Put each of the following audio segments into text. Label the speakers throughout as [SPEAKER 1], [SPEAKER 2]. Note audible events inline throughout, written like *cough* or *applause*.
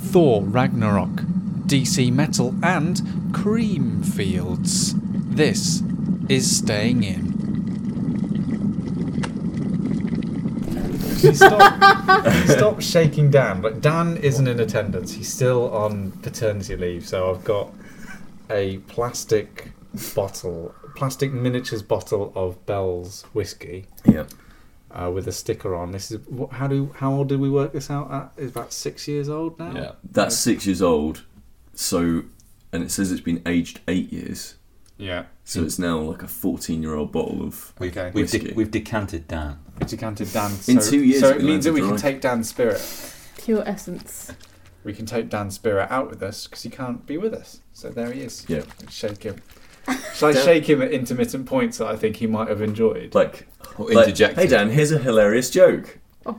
[SPEAKER 1] Thor Ragnarok, DC Metal, and Creamfields. This is Staying In.
[SPEAKER 2] Stop, *laughs* stop shaking Dan, but Dan isn't in attendance. He's still on paternity leave, so I've got a plastic bottle, plastic miniatures bottle of Bell's whiskey
[SPEAKER 3] Yeah.
[SPEAKER 2] uh, with a sticker on. This is what, how do how old did we work this out at? It's about six years old now.
[SPEAKER 4] Yeah.
[SPEAKER 3] That's six years old. So, and it says it's been aged eight years.
[SPEAKER 2] yeah.
[SPEAKER 4] Hmm.
[SPEAKER 3] So it's now like a 14 year old bottle of.
[SPEAKER 2] Okay.
[SPEAKER 3] We-
[SPEAKER 4] We've, de-
[SPEAKER 3] Whiskey.
[SPEAKER 4] we've decanted Dan.
[SPEAKER 2] We decanted Dan.
[SPEAKER 3] In
[SPEAKER 2] so,
[SPEAKER 3] two years
[SPEAKER 2] so it
[SPEAKER 3] it can
[SPEAKER 2] means that
[SPEAKER 3] land
[SPEAKER 2] we
[SPEAKER 3] dry.
[SPEAKER 2] can take Dan's spirit.
[SPEAKER 5] Pure essence.
[SPEAKER 2] We can take Dan's spirit out with us because he can't be with us. So there he is.
[SPEAKER 3] Yeah.
[SPEAKER 2] Shake him. Shall I shake him at intermittent points that I think he might have enjoyed?
[SPEAKER 3] Like,
[SPEAKER 4] Or
[SPEAKER 3] like,
[SPEAKER 4] interjected.
[SPEAKER 3] hey Dan, here's a hilarious joke.
[SPEAKER 5] Oh,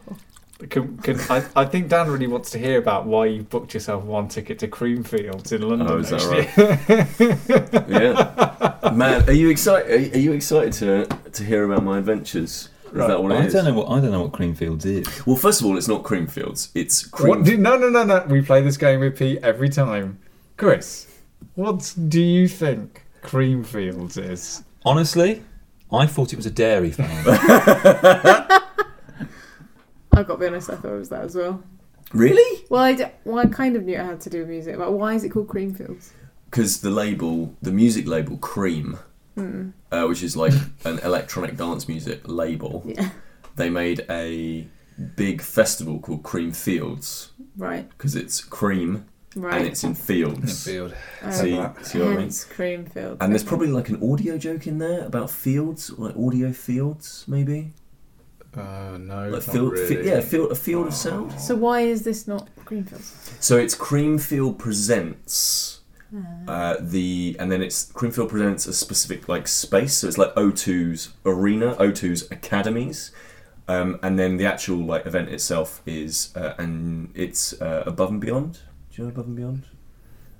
[SPEAKER 2] Can, can, I, I think Dan really wants to hear about why you booked yourself one ticket to Creamfields in London.
[SPEAKER 3] Oh, is that
[SPEAKER 2] next
[SPEAKER 3] right?
[SPEAKER 2] year.
[SPEAKER 3] Yeah.
[SPEAKER 4] *laughs*
[SPEAKER 3] Man, are you excited? Are you excited to to hear about my adventures? Is that what
[SPEAKER 4] I
[SPEAKER 3] it is?
[SPEAKER 4] don't know what I don't know what Creamfields is.
[SPEAKER 3] Well, first of all, it's not Creamfields. It's
[SPEAKER 2] *laughs*
[SPEAKER 3] Cream.
[SPEAKER 2] What do, no, no, no, no. We play this game with Pete every time. Chris, what do you think Creamfields is?
[SPEAKER 4] Honestly, I thought it was a dairy *laughs* farm.
[SPEAKER 5] I got to be honest, I thought it was that as well.
[SPEAKER 3] Really?
[SPEAKER 5] Well, I, d- well, I kind of knew it had to do with music, but why is it called Creamfields?
[SPEAKER 3] Because the label, the music label, Cream,
[SPEAKER 5] Hmm.
[SPEAKER 3] uh, which is like an electronic dance music label,
[SPEAKER 5] *laughs* Yeah,
[SPEAKER 3] they made a big festival called Cream Fields
[SPEAKER 5] right,
[SPEAKER 3] because it's cream and
[SPEAKER 5] right.
[SPEAKER 3] it's in
[SPEAKER 2] *laughs*
[SPEAKER 3] fields.
[SPEAKER 4] Field.
[SPEAKER 2] Oh,
[SPEAKER 5] Um,
[SPEAKER 3] See, see what I mean?
[SPEAKER 5] hence Creamfields.
[SPEAKER 3] And there's
[SPEAKER 5] okay.
[SPEAKER 3] probably like an audio joke in there about fields, like audio fields, maybe.
[SPEAKER 2] Uh, no,
[SPEAKER 3] Like field, fi- yeah, field, a field of sound.
[SPEAKER 5] So why is this not Creamfields?
[SPEAKER 3] So it's Creamfield presents uh, the, and then it's Creamfield presents a specific like space. So it's like O2's arena, O2's academies, um, and then the actual like event itself is, uh, and it's uh, above and beyond. Do you know above and beyond?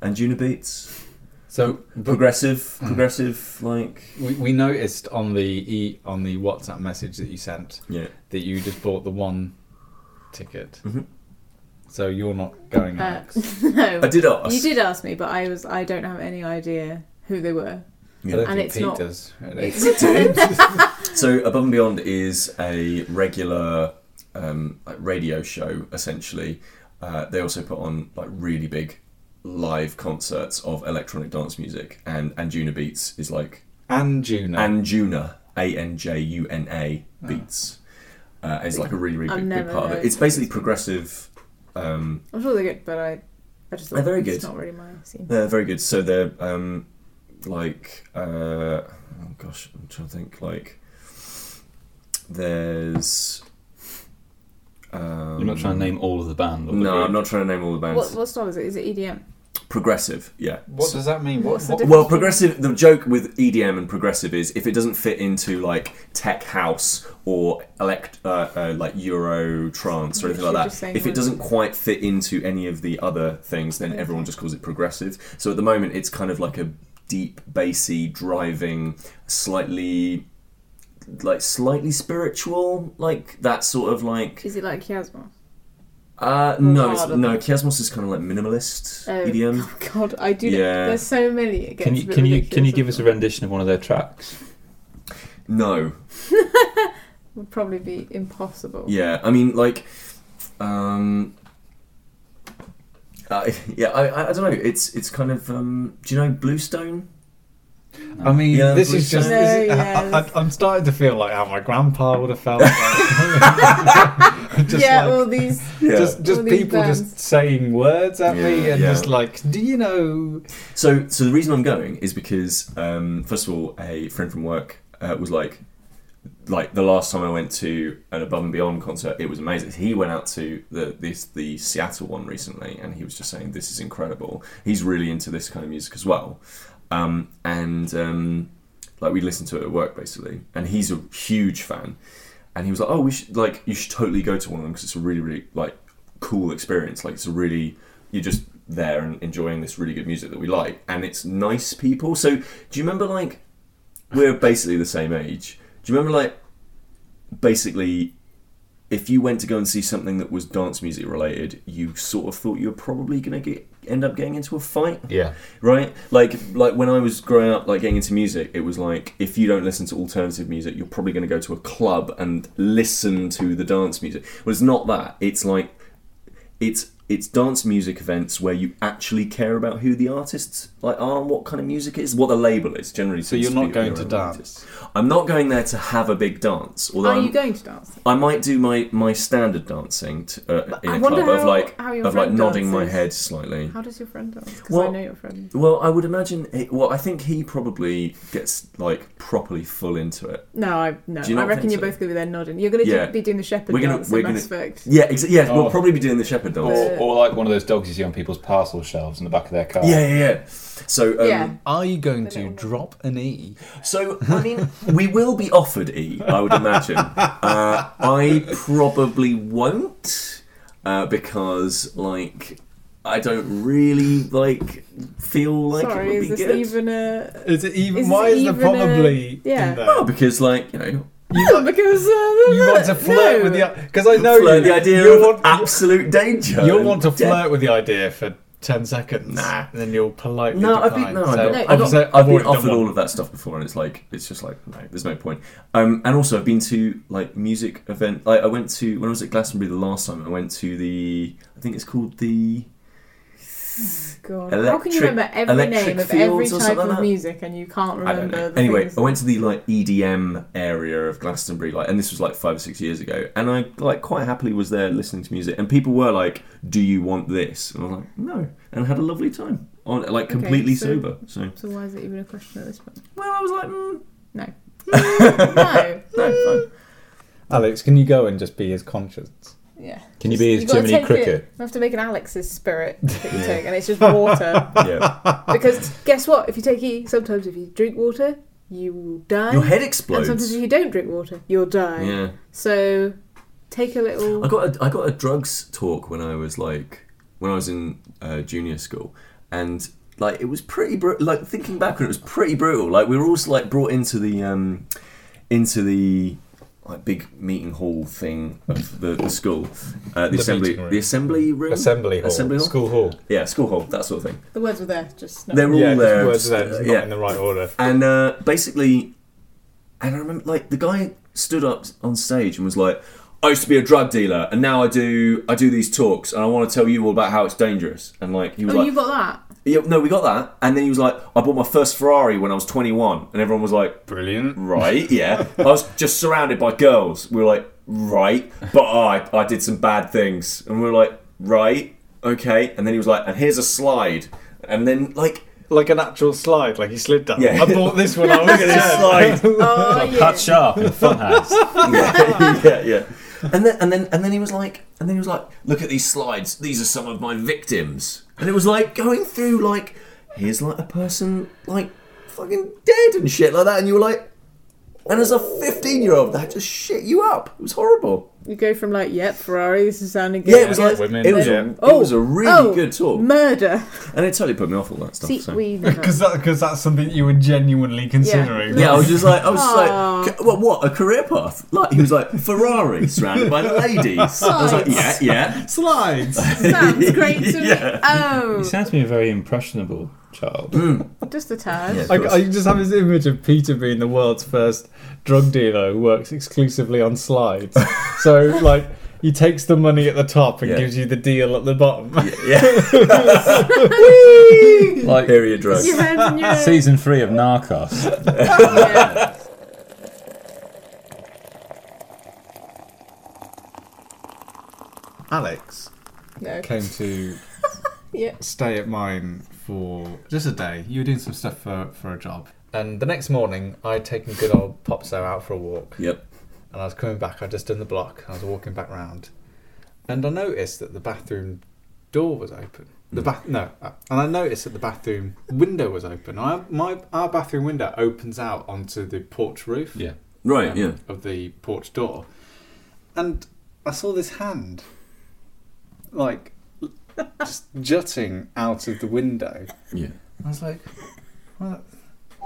[SPEAKER 3] And Juna Beats,
[SPEAKER 2] So
[SPEAKER 3] progressive, progressive, like
[SPEAKER 2] we, we noticed on the e, on the WhatsApp message that you sent
[SPEAKER 3] yeah.
[SPEAKER 2] that you just bought the one ticket.
[SPEAKER 3] Mhm.
[SPEAKER 2] So you're not going
[SPEAKER 5] Uh, *laughs*
[SPEAKER 2] Alex.
[SPEAKER 5] no,
[SPEAKER 3] I did ask.
[SPEAKER 5] you did ask me, but I was I don't have any idea who they were.
[SPEAKER 2] I don't
[SPEAKER 5] and
[SPEAKER 2] think
[SPEAKER 5] it's
[SPEAKER 2] Pete
[SPEAKER 5] not-
[SPEAKER 2] does. really.
[SPEAKER 5] *laughs*
[SPEAKER 3] So Above and Beyond is a regular um, like radio show, essentially. Uh, they also put on like really big live concerts of electronic dance music, and Anjuna Beats is like
[SPEAKER 2] And Juno.
[SPEAKER 3] Anjuna A N J U N A Beats. Uh, is like a really really
[SPEAKER 5] I've
[SPEAKER 3] big, big
[SPEAKER 5] never
[SPEAKER 3] part of
[SPEAKER 5] heard
[SPEAKER 3] it. It's basically progressive. Um,
[SPEAKER 5] *laughs* I'm sure they're good, but I I just thought
[SPEAKER 3] They're very
[SPEAKER 5] it's
[SPEAKER 3] good.
[SPEAKER 5] not really my scene.
[SPEAKER 3] they're very good. So they're um, like uh, oh gosh, I'm trying to think. Like there's. Um,
[SPEAKER 4] I'm not trying to name all of the band. Or the
[SPEAKER 3] No,
[SPEAKER 4] group.
[SPEAKER 3] I'm not trying to name all the bands.
[SPEAKER 5] What what style is it? Is it EDM?
[SPEAKER 3] Progressive, yeah.
[SPEAKER 2] What
[SPEAKER 3] So-
[SPEAKER 2] does that mean?
[SPEAKER 5] What's the
[SPEAKER 2] what,
[SPEAKER 5] difference?
[SPEAKER 3] well, progressive. The joke with EDM and progressive is if it doesn't fit into like tech house or elect uh, uh, like Euro trance or anything
[SPEAKER 5] You're
[SPEAKER 3] like
[SPEAKER 5] just
[SPEAKER 3] that,
[SPEAKER 5] saying
[SPEAKER 3] if it
[SPEAKER 5] one.
[SPEAKER 3] doesn't quite fit into any of the other things, then
[SPEAKER 5] Okay.
[SPEAKER 3] everyone just calls it progressive. So at the moment, it's kind of like a deep, bassy, driving, slightly like slightly spiritual, like that sort of like
[SPEAKER 5] Is it like Kiasma?
[SPEAKER 3] uh no, it's,
[SPEAKER 5] harder.
[SPEAKER 3] no, Kiasmos is kind of like minimalist
[SPEAKER 5] Oh.
[SPEAKER 3] EDM.
[SPEAKER 5] *laughs* God, I do.
[SPEAKER 3] E Yeah.
[SPEAKER 5] There's so many. It gets
[SPEAKER 4] Can you
[SPEAKER 5] a bit
[SPEAKER 4] can you can you
[SPEAKER 5] ridiculous
[SPEAKER 4] give us a rendition of one of their tracks?
[SPEAKER 3] No,
[SPEAKER 5] Would probably be impossible.
[SPEAKER 3] Yeah, I mean, like, um, uh, *laughs* yeah, I, I, I don't know. It's it's kind of um, do you know Bluestone?
[SPEAKER 2] I mean,
[SPEAKER 3] Yeah,
[SPEAKER 2] this
[SPEAKER 3] we
[SPEAKER 2] is just.
[SPEAKER 3] should-
[SPEAKER 2] this is-
[SPEAKER 5] No,
[SPEAKER 2] *laughs* I,
[SPEAKER 5] yes.
[SPEAKER 2] I, I'm starting to feel like how my grandpa would have *laughs* felt. Like, just
[SPEAKER 5] yeah,
[SPEAKER 2] like,
[SPEAKER 3] *laughs*
[SPEAKER 5] all these.
[SPEAKER 2] just, just
[SPEAKER 5] All these
[SPEAKER 2] people just
[SPEAKER 5] bands.
[SPEAKER 2] saying words at me
[SPEAKER 3] Yeah,
[SPEAKER 2] and
[SPEAKER 3] yeah.
[SPEAKER 2] just like, do you know?
[SPEAKER 3] So so the reason I'm going is because um, first of all, a friend from work uh, was like, like the last time I went to an Above and Beyond concert, it was amazing. He went out to the this the Seattle one recently, and he was just saying this is incredible. He's really into this kind of music as well, um, and um, like we listened to it at work basically, and he's a huge fan, and he was like, oh, we should like you should totally go to one of them because it's a really really like cool experience. Like it's a really you're just there and enjoying this really good music that we like, and it's nice people. So do you remember like we're basically the same age? Do you remember like basically if you went to go and see something that was dance music related, you sort of thought you were probably going to get end up getting into a fight,
[SPEAKER 2] Yeah.
[SPEAKER 3] right? Like like when I was growing up, like getting into music, it was like if you don't listen to alternative music, you're probably going to go to a club and listen to the dance music. Well, it's not that. It's like it's it's dance music events where you actually care about who the artists like are and what kind of music it is, what the label is generally.
[SPEAKER 1] So you're
[SPEAKER 3] tends to
[SPEAKER 1] not
[SPEAKER 3] be
[SPEAKER 1] going
[SPEAKER 3] your
[SPEAKER 1] to
[SPEAKER 3] own
[SPEAKER 1] dance.
[SPEAKER 3] I'm not going there to have a big dance. Although
[SPEAKER 5] Are
[SPEAKER 3] I'm-
[SPEAKER 5] you going to dance?
[SPEAKER 3] I might do my, my standard dancing to, uh,
[SPEAKER 5] But
[SPEAKER 3] in
[SPEAKER 5] I
[SPEAKER 3] a
[SPEAKER 5] wonder
[SPEAKER 3] club of
[SPEAKER 5] how-
[SPEAKER 3] like
[SPEAKER 5] how your
[SPEAKER 3] of like
[SPEAKER 5] friend
[SPEAKER 3] nodding my
[SPEAKER 5] dances.
[SPEAKER 3] head slightly.
[SPEAKER 5] How does your friend dance? Because I
[SPEAKER 3] Well-
[SPEAKER 5] know your friend.
[SPEAKER 3] Well, I would imagine. It, well, I think he probably gets like properly full into it.
[SPEAKER 5] No, I no.
[SPEAKER 3] Do you
[SPEAKER 5] I
[SPEAKER 3] not
[SPEAKER 5] reckon
[SPEAKER 3] think
[SPEAKER 5] you're
[SPEAKER 3] so?
[SPEAKER 5] both going to be there nodding. You're going to
[SPEAKER 3] Yeah.
[SPEAKER 5] be doing the shepherd
[SPEAKER 3] We're gonna-
[SPEAKER 5] dance
[SPEAKER 3] we're
[SPEAKER 5] in
[SPEAKER 3] gonna- um,
[SPEAKER 5] Mass Effect.
[SPEAKER 3] Yeah, exa- yeah.
[SPEAKER 4] Oh.
[SPEAKER 3] We'll probably be doing the shepherd dance.
[SPEAKER 2] Oh.
[SPEAKER 4] Or, or like one of those dogs you see on people's parcel shelves in the back of their car.
[SPEAKER 3] Yeah, yeah, yeah. So, um,
[SPEAKER 5] Yeah.
[SPEAKER 1] Are you going
[SPEAKER 5] But it
[SPEAKER 1] to
[SPEAKER 5] will-
[SPEAKER 1] drop an E?
[SPEAKER 3] so I mean, we will be offered E. I would
[SPEAKER 2] *laughs*
[SPEAKER 3] imagine. Uh, I probably won't uh, because, like, I don't really like feel like
[SPEAKER 5] Sorry,
[SPEAKER 3] it would
[SPEAKER 5] is
[SPEAKER 3] be
[SPEAKER 5] this
[SPEAKER 3] good.
[SPEAKER 5] even
[SPEAKER 3] *laughs*
[SPEAKER 5] a?
[SPEAKER 2] Is it even?
[SPEAKER 5] Is
[SPEAKER 2] why
[SPEAKER 5] it
[SPEAKER 2] is the
[SPEAKER 5] even
[SPEAKER 2] probably?
[SPEAKER 5] a- yeah.
[SPEAKER 2] in there?
[SPEAKER 3] Oh, because like you know,
[SPEAKER 5] No, because uh,
[SPEAKER 2] You want to flirt
[SPEAKER 5] no.
[SPEAKER 2] with the because I know
[SPEAKER 3] flirt
[SPEAKER 2] you,
[SPEAKER 3] the idea
[SPEAKER 2] you'll
[SPEAKER 3] of
[SPEAKER 2] want,
[SPEAKER 3] absolute danger.
[SPEAKER 2] You'll want to
[SPEAKER 3] and death.
[SPEAKER 2] flirt with the idea for ten seconds,
[SPEAKER 3] Nah.
[SPEAKER 2] and then you'll politely
[SPEAKER 3] No, I've
[SPEAKER 2] decline.
[SPEAKER 3] been no,
[SPEAKER 2] So,
[SPEAKER 3] I've been,
[SPEAKER 5] No,
[SPEAKER 3] I've,
[SPEAKER 2] obviously,
[SPEAKER 3] I've been
[SPEAKER 2] already done
[SPEAKER 3] offered
[SPEAKER 2] one.
[SPEAKER 3] all of that stuff before, and it's like it's just like no, there's no point. Um, and also I've been to like music event. Like I went to when I was at Glastonbury the last time. I went to the I think it's called the
[SPEAKER 5] God. How can you
[SPEAKER 3] Electric-
[SPEAKER 5] remember every
[SPEAKER 3] electric
[SPEAKER 5] name of every
[SPEAKER 3] fields or
[SPEAKER 5] type
[SPEAKER 3] something like
[SPEAKER 5] of
[SPEAKER 3] that?
[SPEAKER 5] music and you can't
[SPEAKER 3] I don't
[SPEAKER 5] remember?
[SPEAKER 3] know.
[SPEAKER 5] The
[SPEAKER 3] Anyway,
[SPEAKER 5] things
[SPEAKER 3] I went to the like EDM area of Glastonbury, like, and this was like five or six years ago, and I like quite happily was there listening to music, and people were like, "Do you want this?" And I was like, "No," and had a lovely time on like
[SPEAKER 5] Okay,
[SPEAKER 3] completely
[SPEAKER 5] so-
[SPEAKER 3] sober. So
[SPEAKER 5] So why is it even a question at this point?
[SPEAKER 3] well, I was like, mm, *laughs*
[SPEAKER 5] no.
[SPEAKER 3] "No, fine."
[SPEAKER 2] Alex, can you go and just be his conscience?
[SPEAKER 5] Yeah.
[SPEAKER 4] Can you
[SPEAKER 5] Just-
[SPEAKER 4] be as
[SPEAKER 5] you've gotta
[SPEAKER 4] Jiminy
[SPEAKER 5] take
[SPEAKER 4] Cricket?
[SPEAKER 5] It. You have to make an Alex's spirit that you take, and
[SPEAKER 3] *laughs*
[SPEAKER 5] it's just water.
[SPEAKER 3] Yeah, *laughs*
[SPEAKER 5] because guess what? If you take E, sometimes if you drink water, you will die.
[SPEAKER 3] your head
[SPEAKER 5] and sometimes
[SPEAKER 3] explodes.
[SPEAKER 5] if you don't drink water, you'll die.
[SPEAKER 3] Yeah.
[SPEAKER 5] So take a little.
[SPEAKER 3] I got a, I got a drugs talk when I was like when I was in uh, junior school, and like it was pretty br- like thinking back on it, it was pretty brutal. Like we were also like brought into the um into the like big meeting hall thing of the, the school, uh, the,
[SPEAKER 2] The
[SPEAKER 3] assembly
[SPEAKER 2] meeting room.
[SPEAKER 3] the assembly room
[SPEAKER 2] Assembly hall,
[SPEAKER 3] Assembly hall?
[SPEAKER 2] school hall.
[SPEAKER 3] yeah school hall that sort of thing.
[SPEAKER 5] The words were there, just not.
[SPEAKER 3] They were
[SPEAKER 2] yeah,
[SPEAKER 3] all
[SPEAKER 2] just
[SPEAKER 3] there,
[SPEAKER 2] words are there, just not
[SPEAKER 3] yeah.
[SPEAKER 2] in the right order.
[SPEAKER 3] And uh, basically, and I remember like the guy stood up on stage and was like, "I used to be a drug dealer, and now I do I do these talks, and I want to tell you all about how it's dangerous." And like he was
[SPEAKER 5] oh,
[SPEAKER 3] like,
[SPEAKER 5] you got that.
[SPEAKER 3] *laughs* "Yeah, no, we got that." And then he was like, "I bought my first Ferrari when I was 21," and everyone was like,
[SPEAKER 1] Brilliant.
[SPEAKER 5] *laughs*
[SPEAKER 3] "Right, yeah." I was just surrounded by girls. We were like, "Right," but I I did some bad things, and we were like, "Right, okay." And then he was like, "And here's a slide," and then
[SPEAKER 5] *laughs*
[SPEAKER 3] like.
[SPEAKER 2] Like an actual slide, like he slid down.
[SPEAKER 3] Yeah.
[SPEAKER 2] I bought this one.
[SPEAKER 3] *laughs*
[SPEAKER 2] I was
[SPEAKER 3] Look at
[SPEAKER 2] *laughs*
[SPEAKER 3] this slide.
[SPEAKER 5] Oh, yeah.
[SPEAKER 4] Pat Sharp
[SPEAKER 3] *laughs*
[SPEAKER 4] in Funhouse.
[SPEAKER 3] yeah, yeah, yeah. And then and then and then he was like, and then he was like, look at these slides. These are some of my victims. And it was like going through like, here's like a person like fucking dead and shit like that. And you were like, and as a fifteen year old, that just shit you up. It was horrible.
[SPEAKER 5] You go from like, yep, Ferrari, this is sounding good.
[SPEAKER 3] Yeah, it was
[SPEAKER 2] Yeah,
[SPEAKER 3] like
[SPEAKER 2] women,
[SPEAKER 3] it was
[SPEAKER 2] yeah.
[SPEAKER 3] a, it was a really
[SPEAKER 5] oh,
[SPEAKER 3] good talk, *laughs*
[SPEAKER 5] Murder. *laughs*
[SPEAKER 3] and it totally put me off all that stuff.
[SPEAKER 5] See,
[SPEAKER 3] so. *laughs*
[SPEAKER 5] we never.
[SPEAKER 2] Because that, because that's something that you were genuinely considering.
[SPEAKER 3] Yeah, I was just like, I was just
[SPEAKER 5] Aw.
[SPEAKER 3] like, "C- what, what, a career path? Like, he was like, Ferrari surrounded by ladies. I was like, yeah, yeah.
[SPEAKER 2] Slides.
[SPEAKER 3] *laughs*
[SPEAKER 5] Sounds great to me.
[SPEAKER 3] Yeah.
[SPEAKER 4] You
[SPEAKER 5] Oh,
[SPEAKER 4] sound to me a very impressionable child.
[SPEAKER 5] just a tad.
[SPEAKER 3] Yeah.
[SPEAKER 2] I, I just have this image of Peter being the world's first drug dealer who works exclusively on
[SPEAKER 3] *laughs*
[SPEAKER 2] slides. so, like, he takes the money at the top and
[SPEAKER 3] Yeah.
[SPEAKER 2] gives you the deal at the bottom.
[SPEAKER 3] Yeah. like area drugs.
[SPEAKER 5] Your hands
[SPEAKER 3] *laughs*
[SPEAKER 5] in your
[SPEAKER 4] Season three of Narcos.
[SPEAKER 5] Yeah.
[SPEAKER 2] *laughs* Alex
[SPEAKER 5] No.
[SPEAKER 2] came
[SPEAKER 3] *laughs*
[SPEAKER 2] to
[SPEAKER 5] Yeah.
[SPEAKER 2] stay at mine for just a day. You were doing some stuff for, for a job. And the next morning, I'd taken good old Popso out for a walk.
[SPEAKER 3] Yep.
[SPEAKER 2] and I was coming back. I'd just done the block. and I was walking back round, and I noticed that the bathroom door was open. The bath no, uh, and I noticed that the bathroom window was open. I, my our bathroom window opens out onto the porch roof.
[SPEAKER 4] Yeah.
[SPEAKER 3] Right.
[SPEAKER 2] um,
[SPEAKER 3] Yeah.
[SPEAKER 2] Of the porch door, and I saw this hand, like, *laughs* just jutting out of the window.
[SPEAKER 3] Yeah.
[SPEAKER 2] I was like, well,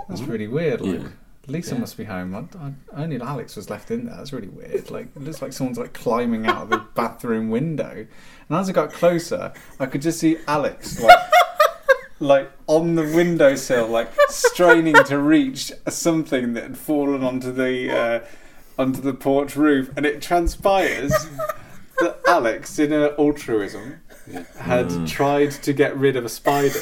[SPEAKER 2] that's really weird. Like,
[SPEAKER 3] Yeah.
[SPEAKER 2] Lisa must be home. I, I, only Alex was left in there. That's really weird. Like, it looks like someone's like climbing out of
[SPEAKER 3] *laughs*
[SPEAKER 2] the bathroom window. And as I got closer, I could just see Alex like, like on the windowsill, like straining to reach something that had fallen onto the uh, onto the porch roof. And it transpires that Alex, in her altruism, had
[SPEAKER 3] Mm.
[SPEAKER 2] tried to get rid of a spider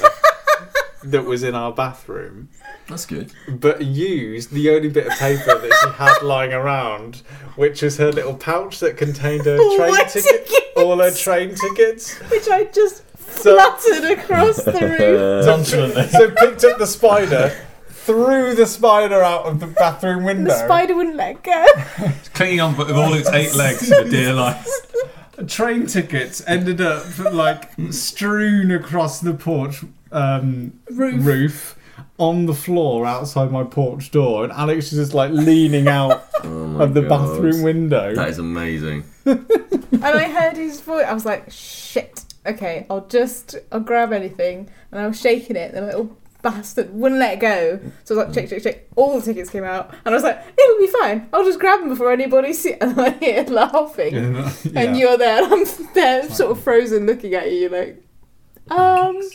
[SPEAKER 2] that was in our bathroom
[SPEAKER 3] That's good.
[SPEAKER 2] but used the only bit of paper that she
[SPEAKER 5] *laughs*
[SPEAKER 2] had lying around, which was her little pouch that contained her
[SPEAKER 5] All
[SPEAKER 2] train
[SPEAKER 5] her
[SPEAKER 2] ticket,
[SPEAKER 5] tickets.
[SPEAKER 2] all her train tickets.
[SPEAKER 5] Which I just
[SPEAKER 2] So-
[SPEAKER 5] flattered across the
[SPEAKER 3] *laughs*
[SPEAKER 5] roof.
[SPEAKER 4] Nonchalantly.
[SPEAKER 2] So picked up the spider, threw the spider out of the bathroom window.
[SPEAKER 5] The spider wouldn't let go.
[SPEAKER 6] clinging on with all its eight legs for dear life.
[SPEAKER 2] train tickets ended up like strewn across the porch um,
[SPEAKER 5] Roof.
[SPEAKER 2] on the floor outside my porch door, and Alex is just like leaning out
[SPEAKER 3] *laughs* Oh my
[SPEAKER 2] of the
[SPEAKER 3] God.
[SPEAKER 2] bathroom window.
[SPEAKER 3] That is amazing.
[SPEAKER 5] and I heard his voice. I was like, shit. Okay, I'll just I'll grab anything, and I was shaking it. And the little bastard wouldn't let go. So I was like, shake, shake, shake. All the tickets came out, and I was like, it'll be fine. I'll just grab them before anybody sees. *laughs* And I hear laughing,
[SPEAKER 2] *laughs*
[SPEAKER 5] and you're there, and I'm there, sort of frozen, looking at you, like, um.
[SPEAKER 2] *laughs*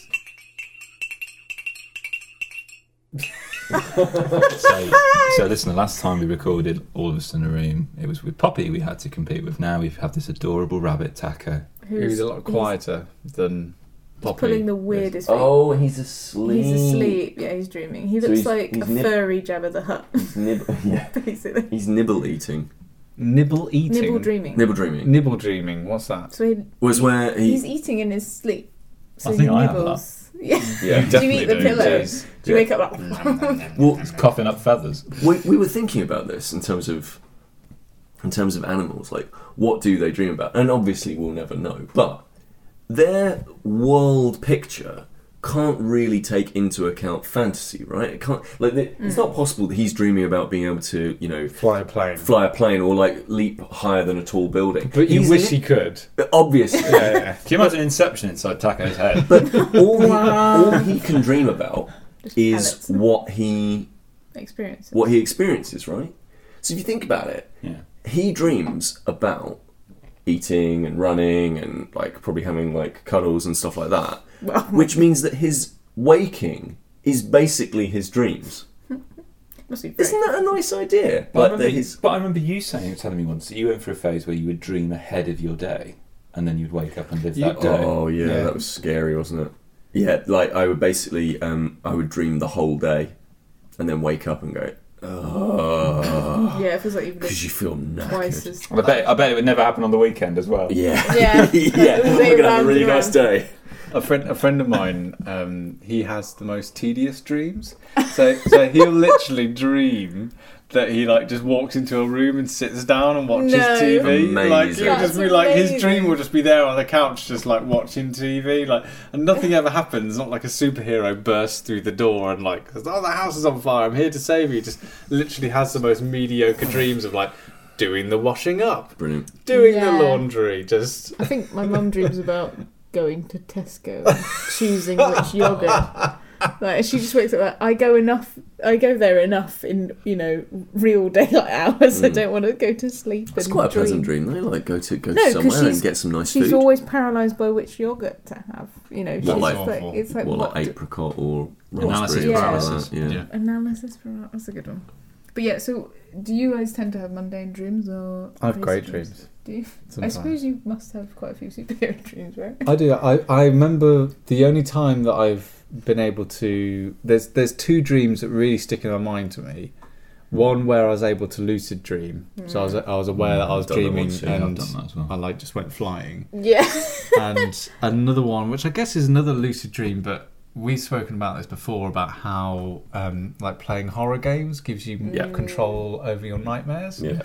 [SPEAKER 5] *laughs*
[SPEAKER 4] So, so listen, the last time we recorded all of us in a room, it was with Poppy we had to compete with. Now we have this adorable rabbit taco.
[SPEAKER 2] He was a lot
[SPEAKER 5] he's
[SPEAKER 2] quieter than Poppy.
[SPEAKER 5] Pulling the weirdest. thing.
[SPEAKER 3] Oh, he's asleep.
[SPEAKER 5] He's asleep. Yeah, he's dreaming. He
[SPEAKER 3] So
[SPEAKER 5] looks
[SPEAKER 3] he's-
[SPEAKER 5] like
[SPEAKER 3] he's
[SPEAKER 5] a
[SPEAKER 3] nib-
[SPEAKER 5] furry Jabba the Hutt, *laughs*
[SPEAKER 3] He's nibble. *laughs* Yeah.
[SPEAKER 5] basically.
[SPEAKER 3] He's nibble eating.
[SPEAKER 2] nibble eating.
[SPEAKER 5] Nibble dreaming.
[SPEAKER 3] Nibble dreaming.
[SPEAKER 2] Nibble dreaming. What's that?
[SPEAKER 5] So he
[SPEAKER 3] Was where he.
[SPEAKER 5] He's eating in his sleep. So
[SPEAKER 6] I think
[SPEAKER 5] he
[SPEAKER 6] I have
[SPEAKER 5] nibbles. *laughs* Yeah.
[SPEAKER 3] Yeah.
[SPEAKER 5] *laughs* Do you eat the pillow? Do you wake up
[SPEAKER 3] Mm.
[SPEAKER 5] like
[SPEAKER 3] Well,
[SPEAKER 4] It's coughing up feathers.
[SPEAKER 3] we, we were thinking about this in terms of in terms of animals like what do they dream about and obviously we'll never know but their world picture can't really take into account fantasy right it can't like the-
[SPEAKER 5] Mm.
[SPEAKER 3] it's not possible that he's dreaming about being able to you know
[SPEAKER 2] Fly a plane.
[SPEAKER 3] fly a plane or like leap higher than a tall building
[SPEAKER 2] But you
[SPEAKER 3] He's
[SPEAKER 2] wish
[SPEAKER 3] li-
[SPEAKER 2] he could.
[SPEAKER 3] obviously
[SPEAKER 2] *laughs*
[SPEAKER 4] Can you imagine Inception inside Taco's head?
[SPEAKER 3] but all, he, all he can dream about is
[SPEAKER 5] pellets.
[SPEAKER 3] what he
[SPEAKER 5] *laughs* experience?
[SPEAKER 3] what he experiences, right? So if you think about it,
[SPEAKER 4] Yeah.
[SPEAKER 3] he dreams about eating and running and like probably having like cuddles and stuff like that,
[SPEAKER 5] Well-
[SPEAKER 3] which means that his waking is basically his dreams.
[SPEAKER 5] Must be great.
[SPEAKER 3] Isn't that a nice idea? Like
[SPEAKER 4] But I, remember,
[SPEAKER 3] that his
[SPEAKER 4] but I remember you saying, telling me once that you went through a phase where you would dream ahead of your day, and then you'd wake up and live
[SPEAKER 2] You
[SPEAKER 4] that
[SPEAKER 2] don't.
[SPEAKER 4] day.
[SPEAKER 3] oh yeah,
[SPEAKER 2] Yeah.
[SPEAKER 3] that was scary, wasn't it? Yeah, like I would basically um, I would dream the whole day, and then wake up and go, oh, *laughs*
[SPEAKER 5] Yeah, it feels like you've
[SPEAKER 3] because
[SPEAKER 5] lived
[SPEAKER 3] you feel knackered.
[SPEAKER 5] twice as.
[SPEAKER 4] I bet, I bet it would never happen on the weekend as well.
[SPEAKER 3] *laughs* *laughs* Yeah.
[SPEAKER 5] *laughs* Yeah.
[SPEAKER 3] yeah.
[SPEAKER 5] It was
[SPEAKER 3] We're gonna have
[SPEAKER 5] round
[SPEAKER 3] a really
[SPEAKER 5] and round.
[SPEAKER 3] nice day.
[SPEAKER 2] A friend, a friend of mine, um, he has the most tedious dreams. So, so he'll literally dream that he like just walks into a room and sits down and watches
[SPEAKER 5] No.
[SPEAKER 2] TV. Like
[SPEAKER 3] Amazing.
[SPEAKER 2] he'll just
[SPEAKER 5] That's
[SPEAKER 2] be like his
[SPEAKER 5] amazing.
[SPEAKER 2] dream will just be there on the couch, just like watching TV. Like and nothing ever happens. Not like a superhero bursts through the door and like oh the house is on fire. I'm here to save you. Just literally has the most mediocre dreams of like doing the washing up,
[SPEAKER 3] Brilliant.
[SPEAKER 2] doing
[SPEAKER 5] Yeah.
[SPEAKER 2] the laundry, just.
[SPEAKER 5] I think my mum dreams about going to
[SPEAKER 3] *laughs*
[SPEAKER 5] Tesco, and choosing which yogurt. Like she just wakes up like I go enough. I go there enough in you know real daylight *laughs* hours. I don't want to go to sleep.
[SPEAKER 3] It's
[SPEAKER 5] and
[SPEAKER 3] Mm. quite a
[SPEAKER 5] dream.
[SPEAKER 3] pleasant dream though. Like go to go
[SPEAKER 5] No,
[SPEAKER 3] to
[SPEAKER 5] 'cause
[SPEAKER 3] somewhere
[SPEAKER 5] she's-
[SPEAKER 3] and get some nice
[SPEAKER 5] She's
[SPEAKER 3] food.
[SPEAKER 5] always paralysed by which yogurt to have. You know, she's
[SPEAKER 3] like-
[SPEAKER 5] just like it's like
[SPEAKER 3] or
[SPEAKER 5] what
[SPEAKER 3] like apricot or
[SPEAKER 6] Analysis
[SPEAKER 3] raspberry or something like
[SPEAKER 6] paralysis.
[SPEAKER 3] that,
[SPEAKER 2] Yeah.
[SPEAKER 5] Analysis for that. That's a good one. But yeah, so do you guys tend to have mundane dreams or?
[SPEAKER 2] I have great
[SPEAKER 5] crazy
[SPEAKER 2] dreams.
[SPEAKER 5] Do you?
[SPEAKER 2] Sometimes.
[SPEAKER 5] I suppose you must have quite a few superhero *laughs* dreams, right?
[SPEAKER 2] I do. I, I remember the only time that I've been able to there's there's two dreams that really stick in my mind to me. One where I was able to lucid dream, so I was I was aware that I was
[SPEAKER 3] Done that
[SPEAKER 2] dreaming
[SPEAKER 3] once, yeah, I've
[SPEAKER 4] I've
[SPEAKER 2] and
[SPEAKER 4] done that as
[SPEAKER 2] I
[SPEAKER 4] well.
[SPEAKER 2] like just went flying.
[SPEAKER 5] *laughs* Yeah.
[SPEAKER 2] and *laughs* another one, which I guess is another lucid dream, but we've spoken about this before about how um, like playing horror games gives you
[SPEAKER 3] Yeah.
[SPEAKER 2] control over your nightmares.
[SPEAKER 3] Yeah.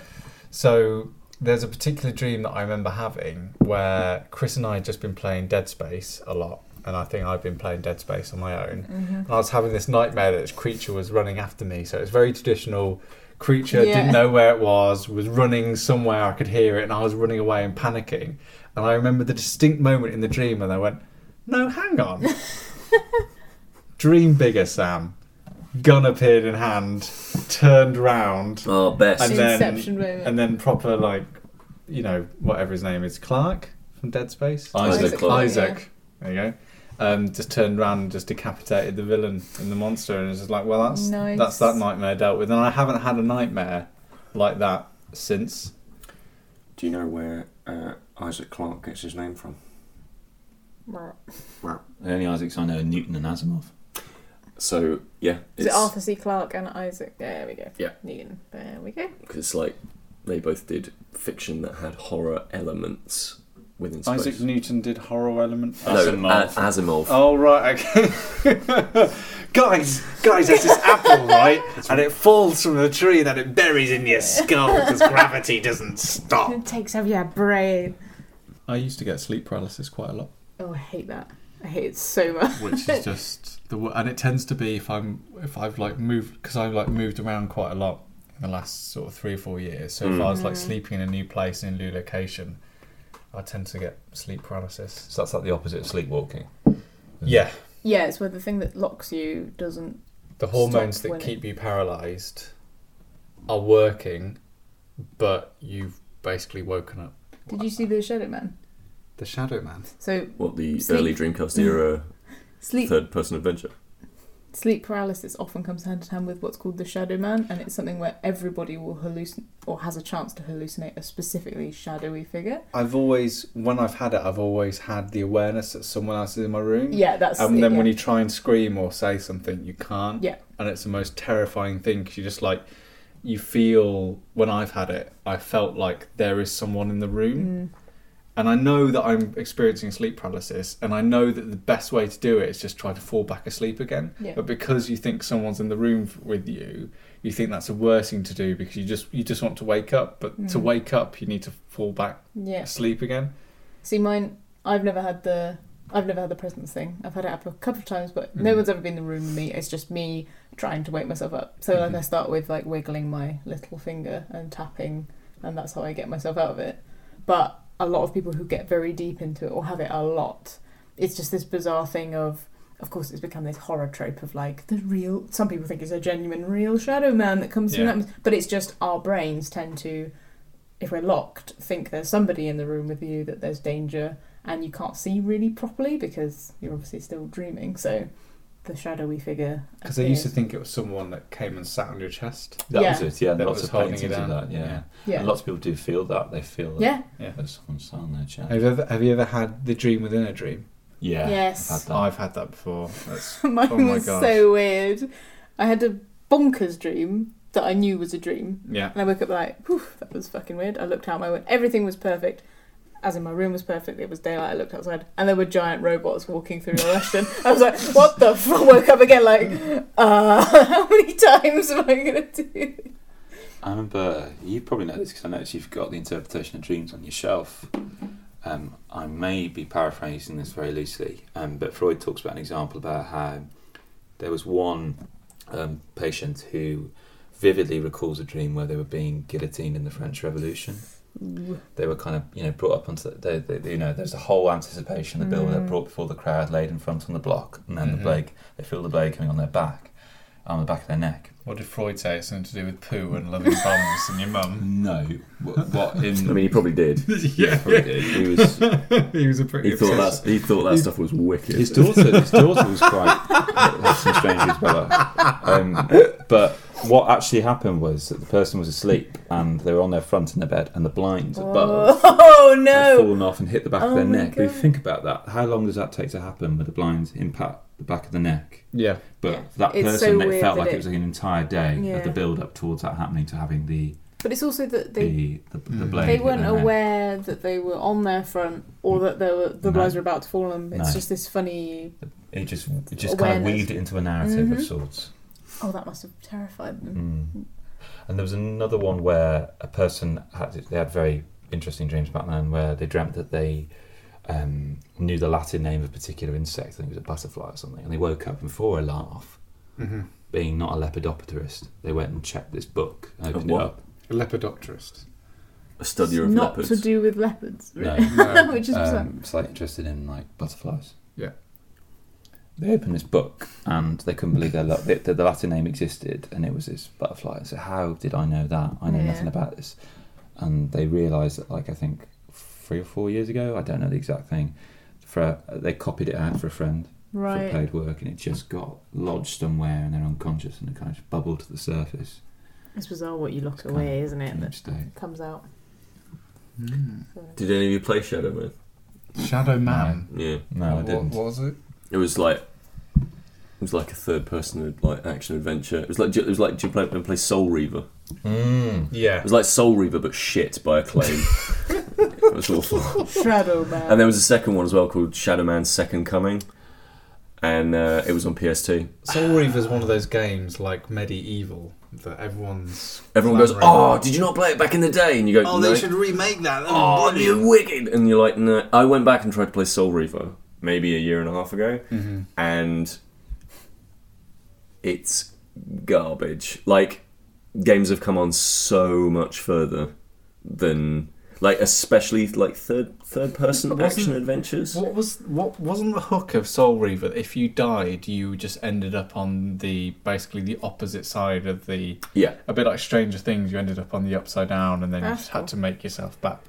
[SPEAKER 2] So there's a particular dream that I remember having where Chris and I had just been playing Dead Space a lot, and I think I'd been playing Dead Space on my own. And I was having this nightmare that this creature was running after me. So it's very traditional. Creature
[SPEAKER 5] Yeah.
[SPEAKER 2] didn't know where it was, was running somewhere. I could hear it, and I was running away and panicking. And I remember the distinct moment in the dream when I went, "No, hang on, dream bigger, Sam." gun appeared in hand, turned round,
[SPEAKER 3] Oh, best.
[SPEAKER 2] And then-
[SPEAKER 5] Inception moment.
[SPEAKER 2] and then proper like, you know, whatever his name is, Clark from Dead Space.
[SPEAKER 3] Isaac
[SPEAKER 5] Isaac
[SPEAKER 3] Clarke.
[SPEAKER 5] Clarke,
[SPEAKER 2] Isaac. There you go. Um, just turned around and just decapitated the villain and the monster, and it's just like, well, that's
[SPEAKER 5] Nice.
[SPEAKER 2] that's that nightmare dealt with. And I haven't had a nightmare like that since.
[SPEAKER 3] Do you know where uh, Isaac Clarke gets his name from?
[SPEAKER 5] Right.
[SPEAKER 4] The only Isaacs I know are Newton and Asimov.
[SPEAKER 3] So yeah,
[SPEAKER 5] Is it Arthur C. Clarke and Isaac? There we go.
[SPEAKER 3] Yeah.
[SPEAKER 5] Newton. There we go.
[SPEAKER 3] because like they both did fiction that had horror elements within space.
[SPEAKER 2] Isaac Newton did horror element.
[SPEAKER 3] no,
[SPEAKER 4] Asimov.
[SPEAKER 3] A- Asimov.
[SPEAKER 2] Oh right, okay. *laughs* guys, guys, there's this apple, right? And it falls from the tree and then it buries in your skull because gravity doesn't stop.
[SPEAKER 5] It takes over your brain.
[SPEAKER 7] I used to get sleep paralysis quite a lot,
[SPEAKER 5] Oh, I hate that. I hate it so much. *laughs*
[SPEAKER 7] which is just the wo- and it tends to be if I'm if I've like moved because I've like moved around quite a lot in the last sort of three or four years. So if I was like
[SPEAKER 5] Mm.
[SPEAKER 7] sleeping in a new place in a new location, I tend to get sleep paralysis.
[SPEAKER 4] So that's like the opposite of sleepwalking.
[SPEAKER 2] Yeah,
[SPEAKER 5] Yeah, it's where the thing that locks you doesn't.
[SPEAKER 2] the hormones
[SPEAKER 5] Stop
[SPEAKER 2] that
[SPEAKER 5] winning.
[SPEAKER 2] keep you paralysed are working, but you've basically woken up.
[SPEAKER 5] Did you see the Shadow Man?
[SPEAKER 2] The Shadow Man.
[SPEAKER 5] So
[SPEAKER 3] What the
[SPEAKER 5] Sleep.
[SPEAKER 3] early Dreamcast era
[SPEAKER 5] sleep
[SPEAKER 3] third-person adventure?
[SPEAKER 5] sleep paralysis often comes hand in hand with what's called the Shadow Man, and it's something where everybody will hallucinate or has a chance to hallucinate a specifically shadowy figure.
[SPEAKER 2] I've always, when I've had it, I've always had the awareness that someone else is in my room.
[SPEAKER 5] Yeah, that's.
[SPEAKER 2] And then
[SPEAKER 5] yeah.
[SPEAKER 2] when you try and scream or say something, you can't.
[SPEAKER 5] Yeah.
[SPEAKER 2] And it's the most terrifying thing 'cause you just like, you feel, when I've had it, I felt like there is someone in the room.
[SPEAKER 5] Mm.
[SPEAKER 2] And I know that I'm experiencing sleep paralysis, and I know that the best way to do it is just try to fall back asleep again.
[SPEAKER 5] Yeah.
[SPEAKER 2] But because you think someone's in the room f- with you, you think that's the worst thing to do because you just you just want to wake up. But to
[SPEAKER 5] Mm.
[SPEAKER 2] wake up, you need to fall back
[SPEAKER 5] Yeah.
[SPEAKER 2] asleep again.
[SPEAKER 5] See, mine. I've never had the. I've never had the presence thing. I've had it up a couple of times, but no
[SPEAKER 2] Mhm.
[SPEAKER 5] one's ever been in the room with me. It's just me trying to wake myself up. So like, I
[SPEAKER 2] Mhm.
[SPEAKER 5] start with like wiggling my little finger and tapping, and that's how I get myself out of it. But a lot of people who get very deep into it or have it a lot, it's just this bizarre thing of. Of course, it's become this horror trope of like the real. Some people think it's a genuine, real shadow man that comes through
[SPEAKER 2] Yeah.
[SPEAKER 5] nightmares, but it's just our brains tend to if we're locked, think there's somebody in the room with you, that there's danger, and you can't see really properly because you're obviously still dreaming. So the shadowy figure.
[SPEAKER 2] Because I used to
[SPEAKER 5] appears.
[SPEAKER 2] think it was someone that came and sat on your chest.
[SPEAKER 4] That
[SPEAKER 5] Yeah.
[SPEAKER 4] was it, yeah.
[SPEAKER 2] That
[SPEAKER 4] lots
[SPEAKER 2] was
[SPEAKER 4] of
[SPEAKER 2] holding
[SPEAKER 4] paintings
[SPEAKER 2] it
[SPEAKER 4] of
[SPEAKER 2] down.
[SPEAKER 4] that, yeah.
[SPEAKER 2] Yeah.
[SPEAKER 5] Yeah.
[SPEAKER 4] And lots of people do feel that. They feel that
[SPEAKER 5] yeah.
[SPEAKER 4] that someone's sat on their chair.
[SPEAKER 2] Have you ever have you ever had the dream within a dream?
[SPEAKER 4] Yeah.
[SPEAKER 5] Yes.
[SPEAKER 4] I've had that.
[SPEAKER 2] I've had that before. That's
[SPEAKER 5] *laughs* Mine
[SPEAKER 2] Oh my
[SPEAKER 5] was
[SPEAKER 2] gosh.
[SPEAKER 5] so weird. I had a bonkers dream that I knew was a dream.
[SPEAKER 2] yeah.
[SPEAKER 5] And I woke up like, Whew, that was fucking weird. I looked out my window. Everything was perfect. As in, my room was perfect. It was daylight. I looked outside. And there were giant robots walking through the Russian. *laughs* I was like, what the fuck? Woke up again like, uh, *laughs* how many times am I going to do this?
[SPEAKER 4] I remember you probably know this because I noticed you've got the interpretation of dreams on your shelf. Um, I may be paraphrasing this very loosely, um, but Freud talks about an example about how there was one um, patient who vividly recalls a dream where they were being guillotined in the French Revolution. They were kind of, you know, brought up onto the, they, they, you know, there's a whole anticipation, the bill that
[SPEAKER 5] Mm.
[SPEAKER 4] brought before the crowd, laid in front on the block, and then
[SPEAKER 2] Mhm.
[SPEAKER 4] the blade, they feel the blade coming on their back, on the back of their neck.
[SPEAKER 2] What did Freud say? It's something to do with poo and loving bums and your *laughs* mum.
[SPEAKER 4] No, what,
[SPEAKER 3] *laughs*
[SPEAKER 4] what in
[SPEAKER 3] I mean, he probably did.
[SPEAKER 2] *laughs*
[SPEAKER 4] Yeah, probably did. He was.
[SPEAKER 2] he was a pretty.
[SPEAKER 3] He thought
[SPEAKER 2] obsessive-
[SPEAKER 3] that he thought that stuff was wicked.
[SPEAKER 4] His daughter, his daughter was quite had some strange views about that. Um, but what actually happened was that the person was asleep and they were on their front in their bed, and the blinds above
[SPEAKER 5] Oh,
[SPEAKER 4] had
[SPEAKER 5] no.
[SPEAKER 4] fallen off and hit the back
[SPEAKER 5] Oh
[SPEAKER 4] of their
[SPEAKER 5] my
[SPEAKER 4] neck. But if
[SPEAKER 5] God.
[SPEAKER 4] you think about that, how long does that take to happen with the blinds impact the back of the neck?
[SPEAKER 2] Yeah.
[SPEAKER 4] But
[SPEAKER 5] Yeah.
[SPEAKER 4] for that
[SPEAKER 5] It's so
[SPEAKER 4] person, it
[SPEAKER 5] weird
[SPEAKER 4] felt
[SPEAKER 5] that
[SPEAKER 4] like it,
[SPEAKER 5] it-
[SPEAKER 4] was like an entire day
[SPEAKER 5] Yeah.
[SPEAKER 4] of the build up towards that happening to having the
[SPEAKER 5] But it's also that they.
[SPEAKER 4] the the, the
[SPEAKER 2] Mm.
[SPEAKER 4] blade.
[SPEAKER 5] They
[SPEAKER 4] hit
[SPEAKER 5] weren't
[SPEAKER 4] their neck.
[SPEAKER 5] aware that they were on their front or that they were, the
[SPEAKER 4] Mm. No.
[SPEAKER 5] blinds were about to fall on them. It's
[SPEAKER 4] No.
[SPEAKER 5] just this funny,
[SPEAKER 4] It just it just kind of
[SPEAKER 5] Awareness.
[SPEAKER 4] weaved it into a narrative
[SPEAKER 5] Mhm.
[SPEAKER 4] of sorts.
[SPEAKER 5] oh, that must have terrified them.
[SPEAKER 4] Mm. And there was another one where a person had they had very interesting dreams back then, where they dreamt that they um, knew the Latin name of a particular insect. I think it was a butterfly or something. And they woke up and for a laugh,
[SPEAKER 2] Mm-hmm.
[SPEAKER 4] being not a lepidopterist, they went and checked this book, and opened it
[SPEAKER 3] what?
[SPEAKER 4] up.
[SPEAKER 2] A lepidopterist.
[SPEAKER 3] a studier of
[SPEAKER 5] not
[SPEAKER 3] leopards.
[SPEAKER 5] to do with leopards,
[SPEAKER 4] No.
[SPEAKER 5] *laughs* really. Which is bizarre.
[SPEAKER 4] um, slightly interested in like butterflies. they opened this book and they couldn't believe their luck that that the Latin name existed and it was this butterfly. I said, "How did I know that? I know
[SPEAKER 5] Yeah.
[SPEAKER 4] nothing about this." And they realised that, like I think three or four years ago, I don't know the exact thing. For uh, they copied it out for a friend for
[SPEAKER 5] Right.
[SPEAKER 4] paid work, and it just got lodged somewhere and they're unconscious and it kind of just bubbled to the surface.
[SPEAKER 5] It's bizarre what you lock
[SPEAKER 4] It's kind
[SPEAKER 5] away, isn't it?
[SPEAKER 4] in
[SPEAKER 5] That
[SPEAKER 4] each day.
[SPEAKER 5] comes out.
[SPEAKER 2] Mm.
[SPEAKER 3] Did any of you play Shadow Man?
[SPEAKER 7] Shadow Man.
[SPEAKER 3] Yeah.
[SPEAKER 4] No, I
[SPEAKER 7] what,
[SPEAKER 4] didn't.
[SPEAKER 7] what was it?
[SPEAKER 3] It was like it was like a third person like action adventure. It was like it was like did you play, play Soul Reaver? It
[SPEAKER 4] Mm.
[SPEAKER 2] Yeah.
[SPEAKER 3] was like Soul Reaver but shit by Acclaim. *laughs* it was awful.
[SPEAKER 5] *laughs* Shadow Man.
[SPEAKER 3] And there was a second one as well called Shadow Man Second Coming, and uh, it was on PS2.
[SPEAKER 2] Soul Reaver's one of those games like Medieval that everyone's.
[SPEAKER 3] Everyone goes,
[SPEAKER 2] clamouring
[SPEAKER 3] "Oh,
[SPEAKER 2] about.
[SPEAKER 3] did you not play it back in the day?" And
[SPEAKER 2] Oh,
[SPEAKER 3] you go, "No."
[SPEAKER 2] remake that.
[SPEAKER 3] Oh, you're wicked! And you're like, "No." I went back and tried to play Soul Reaver maybe a year and a half ago,
[SPEAKER 2] Mm-hmm.
[SPEAKER 3] and it's garbage. Like games have come on so much further than like especially like third third person
[SPEAKER 2] Wasn't-
[SPEAKER 3] action adventures.
[SPEAKER 7] What was what wasn't the hook of Soul Reaver? that If you died, you just ended up on the basically the opposite side of the
[SPEAKER 3] Yeah,
[SPEAKER 7] a bit like Stranger Things. You ended up on the upside down, and then you
[SPEAKER 5] That's
[SPEAKER 7] just had
[SPEAKER 5] cool.
[SPEAKER 7] to make yourself back.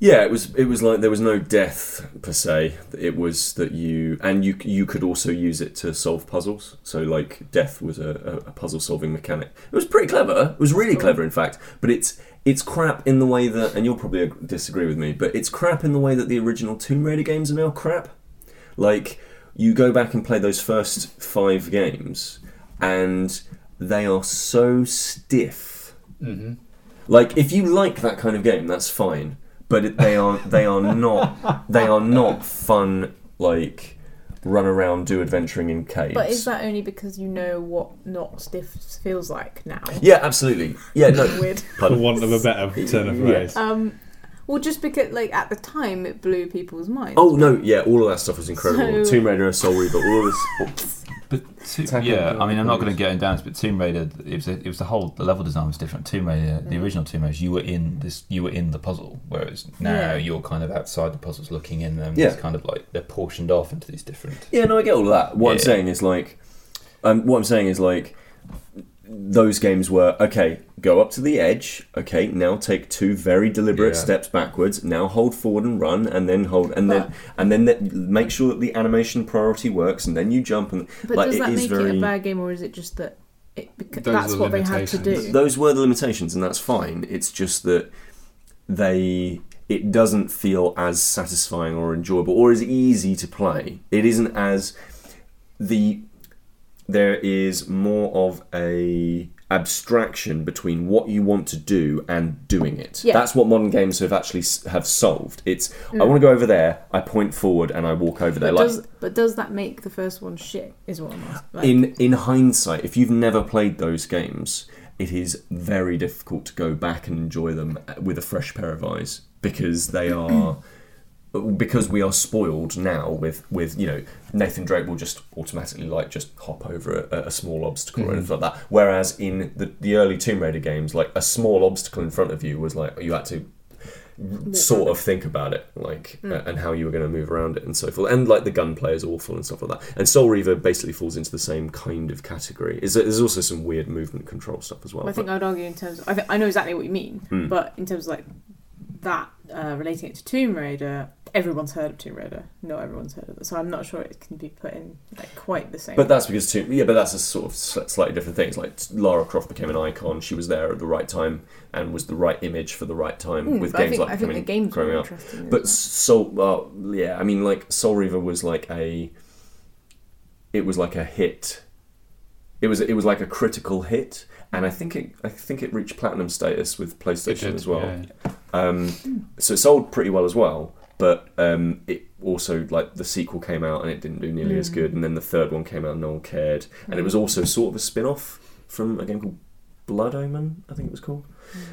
[SPEAKER 3] Yeah, it was. It was like there was no death per se. It was that you and you you could also use it to solve puzzles. So like death was a, a, a puzzle solving mechanic. It was pretty clever. It was really clever, in fact. But it's it's crap in the way that and you'll probably ag- disagree with me, but it's crap in the way that the original Tomb Raider games are now crap. Like you go back and play those first five games, and they are so stiff.
[SPEAKER 2] Mm-hmm.
[SPEAKER 3] Like if you like that kind of game, that's fine. But it- they are they are not they are not fun like run around do adventuring in caves.
[SPEAKER 5] But is that only because you know what not stiff feels like now?
[SPEAKER 3] *laughs* yeah, absolutely. Yeah, no.
[SPEAKER 5] Weird.
[SPEAKER 6] For
[SPEAKER 3] Pardon.
[SPEAKER 6] want of a better turn of
[SPEAKER 3] Yeah.
[SPEAKER 6] phrase.
[SPEAKER 5] Um, well, just because like at the time it blew people's minds.
[SPEAKER 3] Oh no, yeah, all of that stuff was incredible.
[SPEAKER 5] *laughs* So-
[SPEAKER 3] Tomb Raider, Soul Reaver, all of this.
[SPEAKER 4] But to-
[SPEAKER 3] Attack
[SPEAKER 4] yeah,
[SPEAKER 3] on
[SPEAKER 4] I mean, I'm not
[SPEAKER 3] Killers.
[SPEAKER 4] going to get in dance, but Tomb Raider, it was, it was the whole the level design was different. Tomb Raider,
[SPEAKER 5] Mm.
[SPEAKER 4] the original Tomb Raiders, you were in this, you were in the puzzle, whereas now
[SPEAKER 5] Yeah.
[SPEAKER 4] you're kind of outside the puzzles, looking in them.
[SPEAKER 3] Yeah.
[SPEAKER 4] It's kind of like they're portioned off into these different.
[SPEAKER 3] Yeah, no, I get all that. What I'm
[SPEAKER 4] Yeah.
[SPEAKER 3] saying is like, um, what I'm saying is like, those games were okay. Go up to the edge. Okay, now take two very deliberate
[SPEAKER 6] Yeah.
[SPEAKER 3] steps backwards. Now hold forward and run, and then hold, and then and then that, make sure that the animation priority works, and then you jump. And
[SPEAKER 5] But
[SPEAKER 3] like
[SPEAKER 5] does
[SPEAKER 3] it
[SPEAKER 5] that
[SPEAKER 3] is
[SPEAKER 5] make
[SPEAKER 3] very.
[SPEAKER 5] it a bad game, or is it just that it beca-
[SPEAKER 7] Those
[SPEAKER 5] that's
[SPEAKER 7] are the
[SPEAKER 5] what they had to
[SPEAKER 7] limitations.
[SPEAKER 5] do?
[SPEAKER 3] those were the limitations, and that's fine. It's just that they it doesn't feel as satisfying or enjoyable or as easy to play. It isn't as the there is more of a abstraction between what you want to do and doing it.
[SPEAKER 5] Yeah. Mm.
[SPEAKER 3] That's what modern games have actually s- have solved. It's I want to go over there, I point forward and I walk over there
[SPEAKER 5] But
[SPEAKER 3] like
[SPEAKER 5] does, but does that make the first one shit? Is what I'm asking. Like,
[SPEAKER 3] in in hindsight, if you've never played those games, it is very difficult to go back and enjoy them with a fresh pair of eyes because they are because we are spoiled now with with you know Nathan Drake will just automatically like just hop over a, a small obstacle or anything like that. Whereas in the, the early Tomb Raider games, like a small obstacle in front of you was like you had to sort
[SPEAKER 5] Mm.
[SPEAKER 3] of think about it, like uh, and how you were going to move around it and so forth. And like the gunplay is awful and stuff like that. And Soul Reaver basically falls into the same kind of category. Is that there's also some weird movement control stuff as well.
[SPEAKER 5] I think
[SPEAKER 3] but- Hmm.
[SPEAKER 5] I'd argue in terms. Of, I think I know exactly what you mean, but in terms of like that uh, relating it to Tomb Raider, everyone's heard of Tomb Raider. Not everyone's heard of it, so I'm not sure it can be put in like quite the same.
[SPEAKER 3] but that's because Tomb, yeah, but that's a sort of sl- slightly different thing. It's like Lara Croft became an icon. She was there at the right time and was the right image for the right time
[SPEAKER 5] Mm,
[SPEAKER 3] with
[SPEAKER 5] but I
[SPEAKER 3] games
[SPEAKER 5] think-
[SPEAKER 3] like
[SPEAKER 5] I think
[SPEAKER 3] coming-
[SPEAKER 5] the games
[SPEAKER 3] growing
[SPEAKER 5] were
[SPEAKER 3] up.
[SPEAKER 5] interesting. as
[SPEAKER 3] But
[SPEAKER 5] well.
[SPEAKER 3] Soul, well, yeah, I mean, like Soul Reaver was like a, it was like a hit. It was it was like a critical hit, and I think it I think it reached platinum status with PlayStation as well. Um, so it sold pretty well as well, but um, it also like the sequel came out and it didn't do nearly as good, and then the third one came out and no one cared, and it was also sort of a spin off from a game called Blood Omen, I think it was called.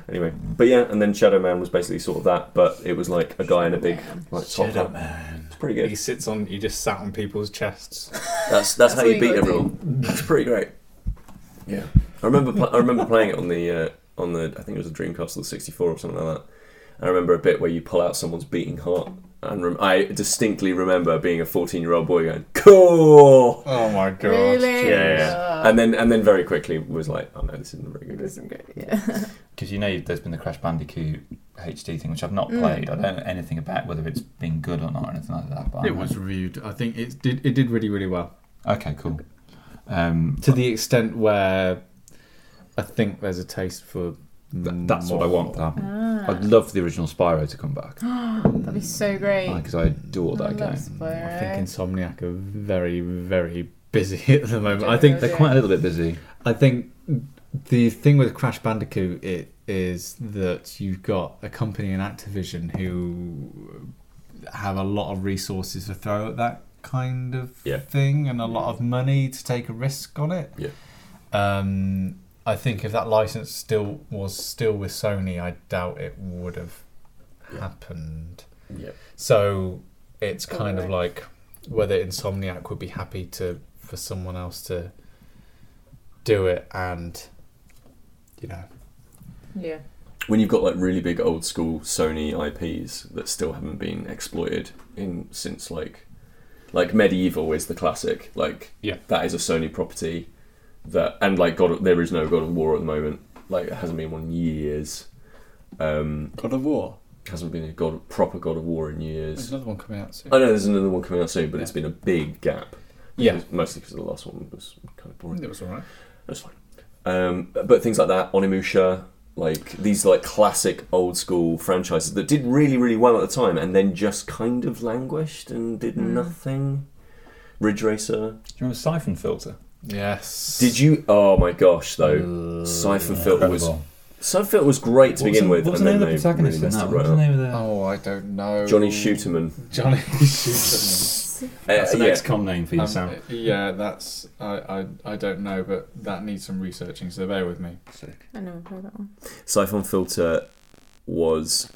[SPEAKER 3] Anyway, but yeah, and then Shadow Man was basically sort of that, but it was like a guy in a big like top
[SPEAKER 7] Shadow
[SPEAKER 3] hat.
[SPEAKER 7] Man.
[SPEAKER 3] It's pretty
[SPEAKER 7] He
[SPEAKER 3] good.
[SPEAKER 7] sits on. He just sat on
[SPEAKER 5] *laughs*
[SPEAKER 7] people's chests.
[SPEAKER 3] That's that's, how
[SPEAKER 5] all
[SPEAKER 3] you
[SPEAKER 5] you
[SPEAKER 3] beat
[SPEAKER 5] gotta do.
[SPEAKER 3] everyone. It's pretty great. Yeah, I remember pl- I remember playing it on the uh, on the I think it was a Dreamcast or the 64 or something like that. I remember a bit where you pull out someone's beating heart, And rem- I distinctly remember being a 14 year old boy going, cool!
[SPEAKER 2] Oh my god.
[SPEAKER 5] Really?
[SPEAKER 3] Yeah, yeah,
[SPEAKER 5] Uh.
[SPEAKER 3] yeah. And then, and then very quickly was like, oh no, this isn't very
[SPEAKER 5] It
[SPEAKER 3] good.
[SPEAKER 5] isn't good. Yeah.
[SPEAKER 3] *laughs*
[SPEAKER 4] Because you know there's been the Crash Bandicoot HD thing, which I've not
[SPEAKER 5] Mm.
[SPEAKER 4] played. I don't know anything about whether it's been good or not or anything like that. But I
[SPEAKER 2] It
[SPEAKER 4] know-
[SPEAKER 2] was reviewed. I think it did. It did really, really well
[SPEAKER 4] okay, cool. Um,
[SPEAKER 2] to the extent where I think there's a taste for.
[SPEAKER 8] Th- that's what I want to happen.
[SPEAKER 5] Ah,
[SPEAKER 8] I'd love for the original Spyro to come back
[SPEAKER 5] *gasps* that'd be so great. Oh,
[SPEAKER 8] because I adore
[SPEAKER 5] I
[SPEAKER 8] that
[SPEAKER 5] love
[SPEAKER 8] game.
[SPEAKER 2] I think
[SPEAKER 5] Spyro.
[SPEAKER 2] Insomniac are very, very busy *laughs* at the moment. I think
[SPEAKER 5] Yeah.
[SPEAKER 8] They're quite a little bit busy.
[SPEAKER 2] I think the thing with Crash Bandicoot it is that you've got a company in Activision who have a lot of resources to throw at that kind of
[SPEAKER 3] Yeah.
[SPEAKER 2] thing and a lot of money to take a risk on it.
[SPEAKER 3] Yeah.
[SPEAKER 2] Um, I think if that license still was still with Sony, I doubt it would have
[SPEAKER 3] Yeah.
[SPEAKER 2] happened.
[SPEAKER 3] Yeah.
[SPEAKER 2] So it's kind of
[SPEAKER 5] Alright.
[SPEAKER 2] like whether Insomniac would be happy to for someone else to do it and you know
[SPEAKER 5] Yeah.
[SPEAKER 3] When you've got like really big old school Sony IPs that still haven't been exploited in since like, like Medieval is the classic. Like,
[SPEAKER 2] Yeah.
[SPEAKER 3] that is a Sony property that, and like God, of- there is no God of War at the moment. Like, it hasn't been one in years. Um,
[SPEAKER 8] God of War.
[SPEAKER 3] hasn't been a God, proper God of War in years.
[SPEAKER 2] there's another one coming out soon.
[SPEAKER 3] I know there's another one coming out soon, but it's been a big gap.
[SPEAKER 2] Yeah.
[SPEAKER 3] Because- Mostly because the last one was kind of boring.
[SPEAKER 2] It was alright.
[SPEAKER 3] That's fine. Um, but things like that, Onimusha, like these like classic old school franchises that did really really well at the time, and then just kind of languished and did
[SPEAKER 5] Mm.
[SPEAKER 3] nothing. Ridge Racer.
[SPEAKER 4] do you remember Siphon Filter?
[SPEAKER 2] Yes. Uh,
[SPEAKER 3] Did you? Oh my gosh, though. Siphon Filter was Siphon Filter was great to
[SPEAKER 4] What was
[SPEAKER 3] begin
[SPEAKER 4] the-
[SPEAKER 3] with,
[SPEAKER 4] what was
[SPEAKER 3] and
[SPEAKER 4] the
[SPEAKER 3] then
[SPEAKER 4] name of
[SPEAKER 3] they
[SPEAKER 4] the
[SPEAKER 3] really
[SPEAKER 4] protagonist in
[SPEAKER 3] messed
[SPEAKER 4] that?
[SPEAKER 3] it
[SPEAKER 4] What
[SPEAKER 3] right
[SPEAKER 4] was the
[SPEAKER 3] up.
[SPEAKER 4] name of the?
[SPEAKER 2] Oh, I don't know.
[SPEAKER 3] Johnny Shooterman.
[SPEAKER 4] *laughs*
[SPEAKER 2] Johnny Shooterman.
[SPEAKER 4] That's
[SPEAKER 3] Uh,
[SPEAKER 4] an
[SPEAKER 3] yeah.
[SPEAKER 4] XCOM name for you,
[SPEAKER 2] Um,
[SPEAKER 4] Sam.
[SPEAKER 2] yeah, that's I, I I don't know, but that needs some researching. So bear with *laughs* me.
[SPEAKER 5] I never played that one.
[SPEAKER 3] Siphon Filter was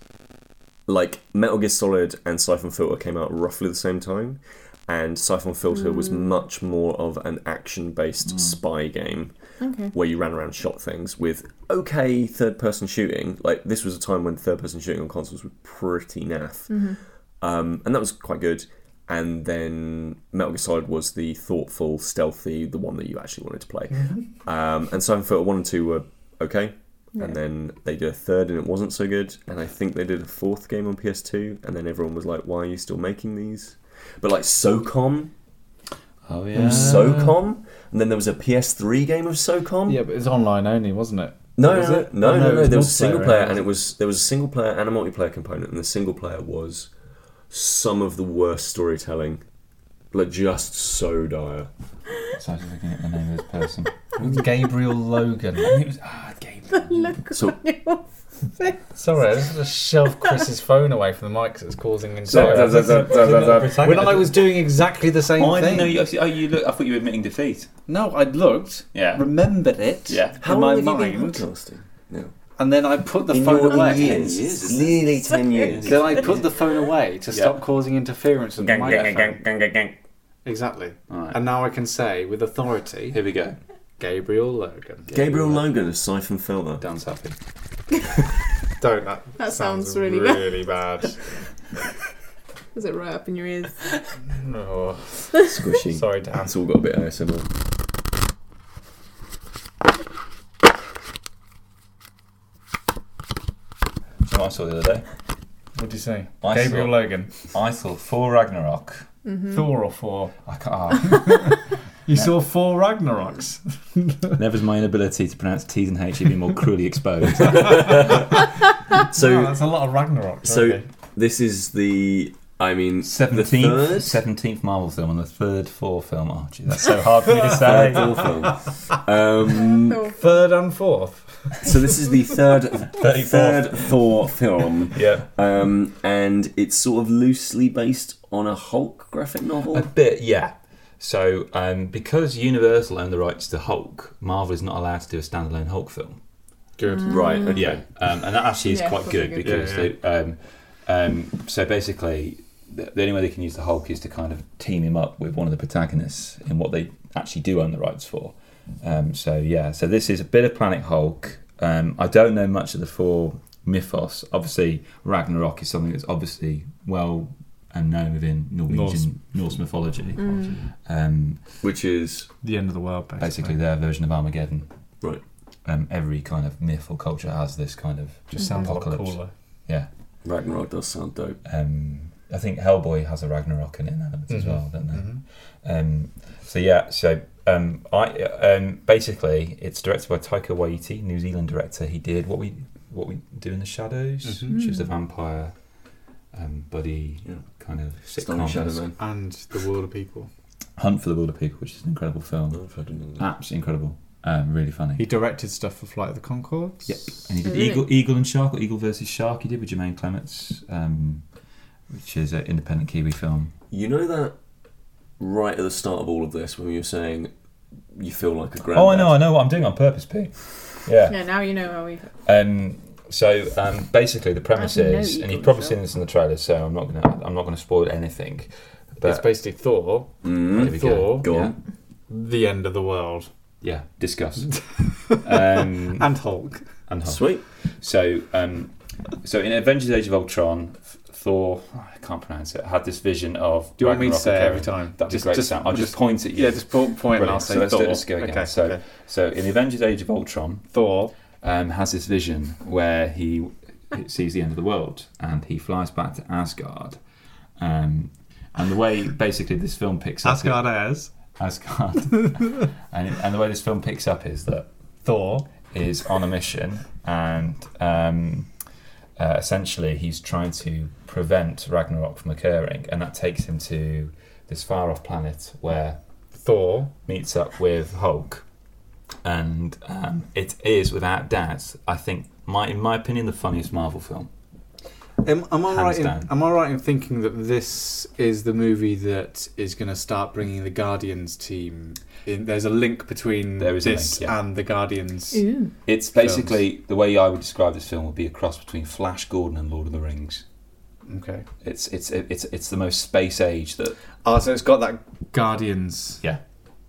[SPEAKER 3] like Metal Gear Solid and Siphon Filter came out roughly the same time, and Siphon Filter was
[SPEAKER 5] Mm.
[SPEAKER 3] much more of an action-based
[SPEAKER 4] Mm.
[SPEAKER 3] spy game
[SPEAKER 5] Okay.
[SPEAKER 3] where you ran around and shot things with okay third-person shooting. Like this was a time when third-person shooting on consoles was pretty naff,
[SPEAKER 5] hmm
[SPEAKER 3] um, and that was quite good. And then Metal Gear Solid was the thoughtful, stealthy, the one that you actually wanted to play. Um, and Siphon Filter one and two were okay.
[SPEAKER 5] Yeah.
[SPEAKER 3] And then they did a third and it wasn't so good. And I think they did a fourth game on PS2. And then everyone was like, why are you still making these? But like SOCOM,
[SPEAKER 4] Oh *laughs*
[SPEAKER 3] SOCOM. And then there was a PS3 game of SOCOM.
[SPEAKER 2] Yeah, but it's online only, wasn't it?
[SPEAKER 3] No,
[SPEAKER 2] Was
[SPEAKER 3] no,
[SPEAKER 2] it?
[SPEAKER 3] no,
[SPEAKER 2] Oh,
[SPEAKER 3] no,
[SPEAKER 2] no, it
[SPEAKER 3] no,
[SPEAKER 2] was
[SPEAKER 3] There was a single
[SPEAKER 2] multiplayer,
[SPEAKER 3] player,
[SPEAKER 2] yeah.
[SPEAKER 3] and it was there was a single player and a multiplayer component, and the single player was some of the worst storytelling, like just so dire.
[SPEAKER 4] So I was just looking at the name of this person.
[SPEAKER 2] Gabriel Logan.
[SPEAKER 4] it was ah Gabriel.
[SPEAKER 3] So
[SPEAKER 2] Sorry, I just had to
[SPEAKER 5] *laughs*
[SPEAKER 2] shove Chris's phone away from the mic because it's causing
[SPEAKER 3] Zap, zap,
[SPEAKER 2] anxiety.
[SPEAKER 3] zap, zap, zap, zap.
[SPEAKER 2] when I was doing exactly the same
[SPEAKER 4] Oh, I
[SPEAKER 2] thing.
[SPEAKER 4] didn't know you. Actually, oh, you look. I thought you were admitting defeat.
[SPEAKER 2] No, I looked,
[SPEAKER 4] Yeah.
[SPEAKER 2] remembered it
[SPEAKER 4] Yeah.
[SPEAKER 3] how
[SPEAKER 2] in my
[SPEAKER 3] long have you been
[SPEAKER 2] mind,
[SPEAKER 3] podcasting? No.
[SPEAKER 2] and then I put the
[SPEAKER 3] In
[SPEAKER 2] phone
[SPEAKER 3] your
[SPEAKER 2] away.
[SPEAKER 3] years,
[SPEAKER 4] Years, isn't it?
[SPEAKER 2] *laughs*
[SPEAKER 3] nearly ten years.
[SPEAKER 2] Then I put the phone away to
[SPEAKER 4] Yeah.
[SPEAKER 2] stop causing interference with my microphone. Exactly.
[SPEAKER 4] All right.
[SPEAKER 2] And now I can say with authority,
[SPEAKER 4] Here we go.
[SPEAKER 2] Gabriel Logan.
[SPEAKER 3] Gabriel Logan as Siphon Filter.
[SPEAKER 4] Dan Sappy.
[SPEAKER 2] Don't that,
[SPEAKER 5] That sounds really
[SPEAKER 2] really,
[SPEAKER 5] bad.
[SPEAKER 2] bad.
[SPEAKER 5] Is it right up in your ears?
[SPEAKER 2] *laughs* Oh,
[SPEAKER 3] Squishy.
[SPEAKER 2] *laughs* sorry, Dan.
[SPEAKER 3] That's all got a bit
[SPEAKER 4] *laughs*
[SPEAKER 3] ASMR.
[SPEAKER 4] Do you know what I saw the other day?
[SPEAKER 2] What do you say?
[SPEAKER 4] I
[SPEAKER 2] Gabriel
[SPEAKER 4] saw-
[SPEAKER 2] Logan.
[SPEAKER 4] I saw Thor Ragnarok.
[SPEAKER 5] Mm-hmm.
[SPEAKER 2] Thor or four?
[SPEAKER 4] I ah. can't.
[SPEAKER 3] *laughs*
[SPEAKER 2] You saw four Ragnaroks. *laughs*
[SPEAKER 4] Never's my inability to pronounce T's and H's even more cruelly exposed.
[SPEAKER 2] Oh,
[SPEAKER 3] So
[SPEAKER 2] that's a lot of Ragnaroks.
[SPEAKER 3] so-
[SPEAKER 2] okay.
[SPEAKER 3] this is the. I mean, the third?
[SPEAKER 4] Seventeenth, seventeenth Marvel film and the third Thor film. Oh, gee, that's so hard
[SPEAKER 3] *laughs*
[SPEAKER 4] for me to say.
[SPEAKER 3] Third Thor film. Um,
[SPEAKER 5] Oh,
[SPEAKER 2] third and fourth.
[SPEAKER 3] so this is the
[SPEAKER 4] *laughs*
[SPEAKER 3] third, third Thor film,
[SPEAKER 4] yeah,
[SPEAKER 3] um, and it's sort of loosely based on a Hulk graphic
[SPEAKER 4] a
[SPEAKER 3] novel.
[SPEAKER 4] bit, yeah. So, um, because Universal own the rights to Hulk, Marvel is not allowed to do a standalone Hulk film.
[SPEAKER 2] Good.
[SPEAKER 5] Mm-hmm.
[SPEAKER 3] Right. Okay.
[SPEAKER 4] Yeah, um, and that actually is
[SPEAKER 5] Yeah,
[SPEAKER 4] quite
[SPEAKER 5] that's
[SPEAKER 4] good
[SPEAKER 5] really
[SPEAKER 4] because
[SPEAKER 2] Mm-hmm. Yeah, yeah.
[SPEAKER 4] They, um, um, so basically the, the only way they can use the Hulk is to kind of team him up with one of the protagonists in what they actually do own the rights for. Um, so yeah, so this is a bit of Planet Hulk. Um, I don't know much of the four mythos. Obviously, Ragnarok is something that's obviously well and known within Norwegian Norse, mythology,
[SPEAKER 2] Mm.
[SPEAKER 4] um,
[SPEAKER 3] which is
[SPEAKER 7] The end of the world, basically.
[SPEAKER 4] basically their version of Armageddon.
[SPEAKER 3] Right.
[SPEAKER 4] Um, every kind of myth or culture has this kind of
[SPEAKER 7] just
[SPEAKER 2] Mm.
[SPEAKER 7] sounds a lot
[SPEAKER 4] apocalypse.
[SPEAKER 7] cooler.
[SPEAKER 4] yeah.
[SPEAKER 3] Ragnarok does sound dope.
[SPEAKER 4] Um, I think Hellboy has a Ragnarok in it Mm-hmm. elements as
[SPEAKER 3] Mm-hmm.
[SPEAKER 2] Mhm.
[SPEAKER 4] well, don't they?
[SPEAKER 2] Mhm.
[SPEAKER 4] Um, so yeah, so um, I um, basically it's directed by Taika Waititi, New Zealand director. He did what we what we do in the shadows,
[SPEAKER 2] Mhm.
[SPEAKER 4] which is the
[SPEAKER 5] Mm.
[SPEAKER 4] vampire um, buddy
[SPEAKER 3] Mm-hmm. Yeah.
[SPEAKER 4] kind of
[SPEAKER 3] Stunning Shadow
[SPEAKER 4] sitcom.
[SPEAKER 3] Man.
[SPEAKER 2] And the world of people.
[SPEAKER 4] Hunt for the Wilder People, which is an incredible film,
[SPEAKER 3] No, I've heard none of that.
[SPEAKER 4] absolutely incredible, um, really funny.
[SPEAKER 7] He directed stuff for Flight of the Concords.
[SPEAKER 4] Yep. And he did
[SPEAKER 5] Oh, really?
[SPEAKER 4] Eagle, Eagle and Shark, or Eagle versus Shark. He did with Jermaine Clements, um, which is an independent Kiwi film.
[SPEAKER 3] You know that right at the start of all of this when you were saying you feel like a granddad.
[SPEAKER 4] Oh, I know, I know what I'm doing on purpose, P. Yeah.
[SPEAKER 5] Yeah, now you know how we.
[SPEAKER 4] Um, so um, basically, the premise
[SPEAKER 5] I didn't know
[SPEAKER 4] is,
[SPEAKER 5] you
[SPEAKER 4] and
[SPEAKER 5] thought
[SPEAKER 4] you've probably
[SPEAKER 5] so.
[SPEAKER 4] seen this in the trailer, so I'm not gonna, I'm not gonna spoil anything. But
[SPEAKER 2] it's basically Thor,
[SPEAKER 3] Mm.
[SPEAKER 4] here we go.
[SPEAKER 2] Thor.
[SPEAKER 3] Go
[SPEAKER 4] yeah.
[SPEAKER 3] on.
[SPEAKER 2] the end of the world,
[SPEAKER 4] Yeah, discuss.
[SPEAKER 2] *laughs*
[SPEAKER 4] um,
[SPEAKER 2] and Hulk.
[SPEAKER 4] and Hulk.
[SPEAKER 3] Sweet.
[SPEAKER 4] So, um, so in Avengers: Age of Ultron, F- Thor, oh, I can't pronounce it, had this vision of.
[SPEAKER 2] Do you want me to
[SPEAKER 4] Ragnarok
[SPEAKER 2] say it every
[SPEAKER 4] occurring.
[SPEAKER 2] time?
[SPEAKER 4] That'd be great. Just, I'll just, point at you.
[SPEAKER 2] yeah, just point, point and I'll
[SPEAKER 4] Brilliant.
[SPEAKER 2] say
[SPEAKER 4] So let's do
[SPEAKER 2] Thor.
[SPEAKER 4] it. Let's go again.
[SPEAKER 2] Okay,
[SPEAKER 4] So-
[SPEAKER 2] okay.
[SPEAKER 4] So in Avengers: Age of Ultron,
[SPEAKER 2] Thor.
[SPEAKER 4] um, has this vision where he sees the end of the world and he flies back to Asgard. Um, and the way basically this film picks up
[SPEAKER 7] Asgard Airs.
[SPEAKER 4] *laughs* Asgard, and, and the way this film picks up is that Thor is on a mission and um, uh, essentially he's trying to prevent Ragnarok from occurring, and that takes him to this far off planet where
[SPEAKER 2] Thor.
[SPEAKER 4] meets up with Hulk, and um, it is without doubt, I think, my in my opinion, the funniest Marvel film.
[SPEAKER 2] Am, am I
[SPEAKER 4] Hands
[SPEAKER 2] right? In,
[SPEAKER 4] down.
[SPEAKER 2] am I right in thinking that this is the movie that is going to start bringing the Guardians team? In, there's a link between
[SPEAKER 4] There is a
[SPEAKER 2] this
[SPEAKER 4] link, yeah.
[SPEAKER 2] and the Guardians.
[SPEAKER 5] Ooh.
[SPEAKER 4] It's basically the way I would describe this film would be a cross between Flash Gordon and Lord of the Rings.
[SPEAKER 2] Okay.
[SPEAKER 4] It's it's it's it's the most space age that
[SPEAKER 2] Oh, so it's got that.
[SPEAKER 7] Guardians.
[SPEAKER 4] Yeah.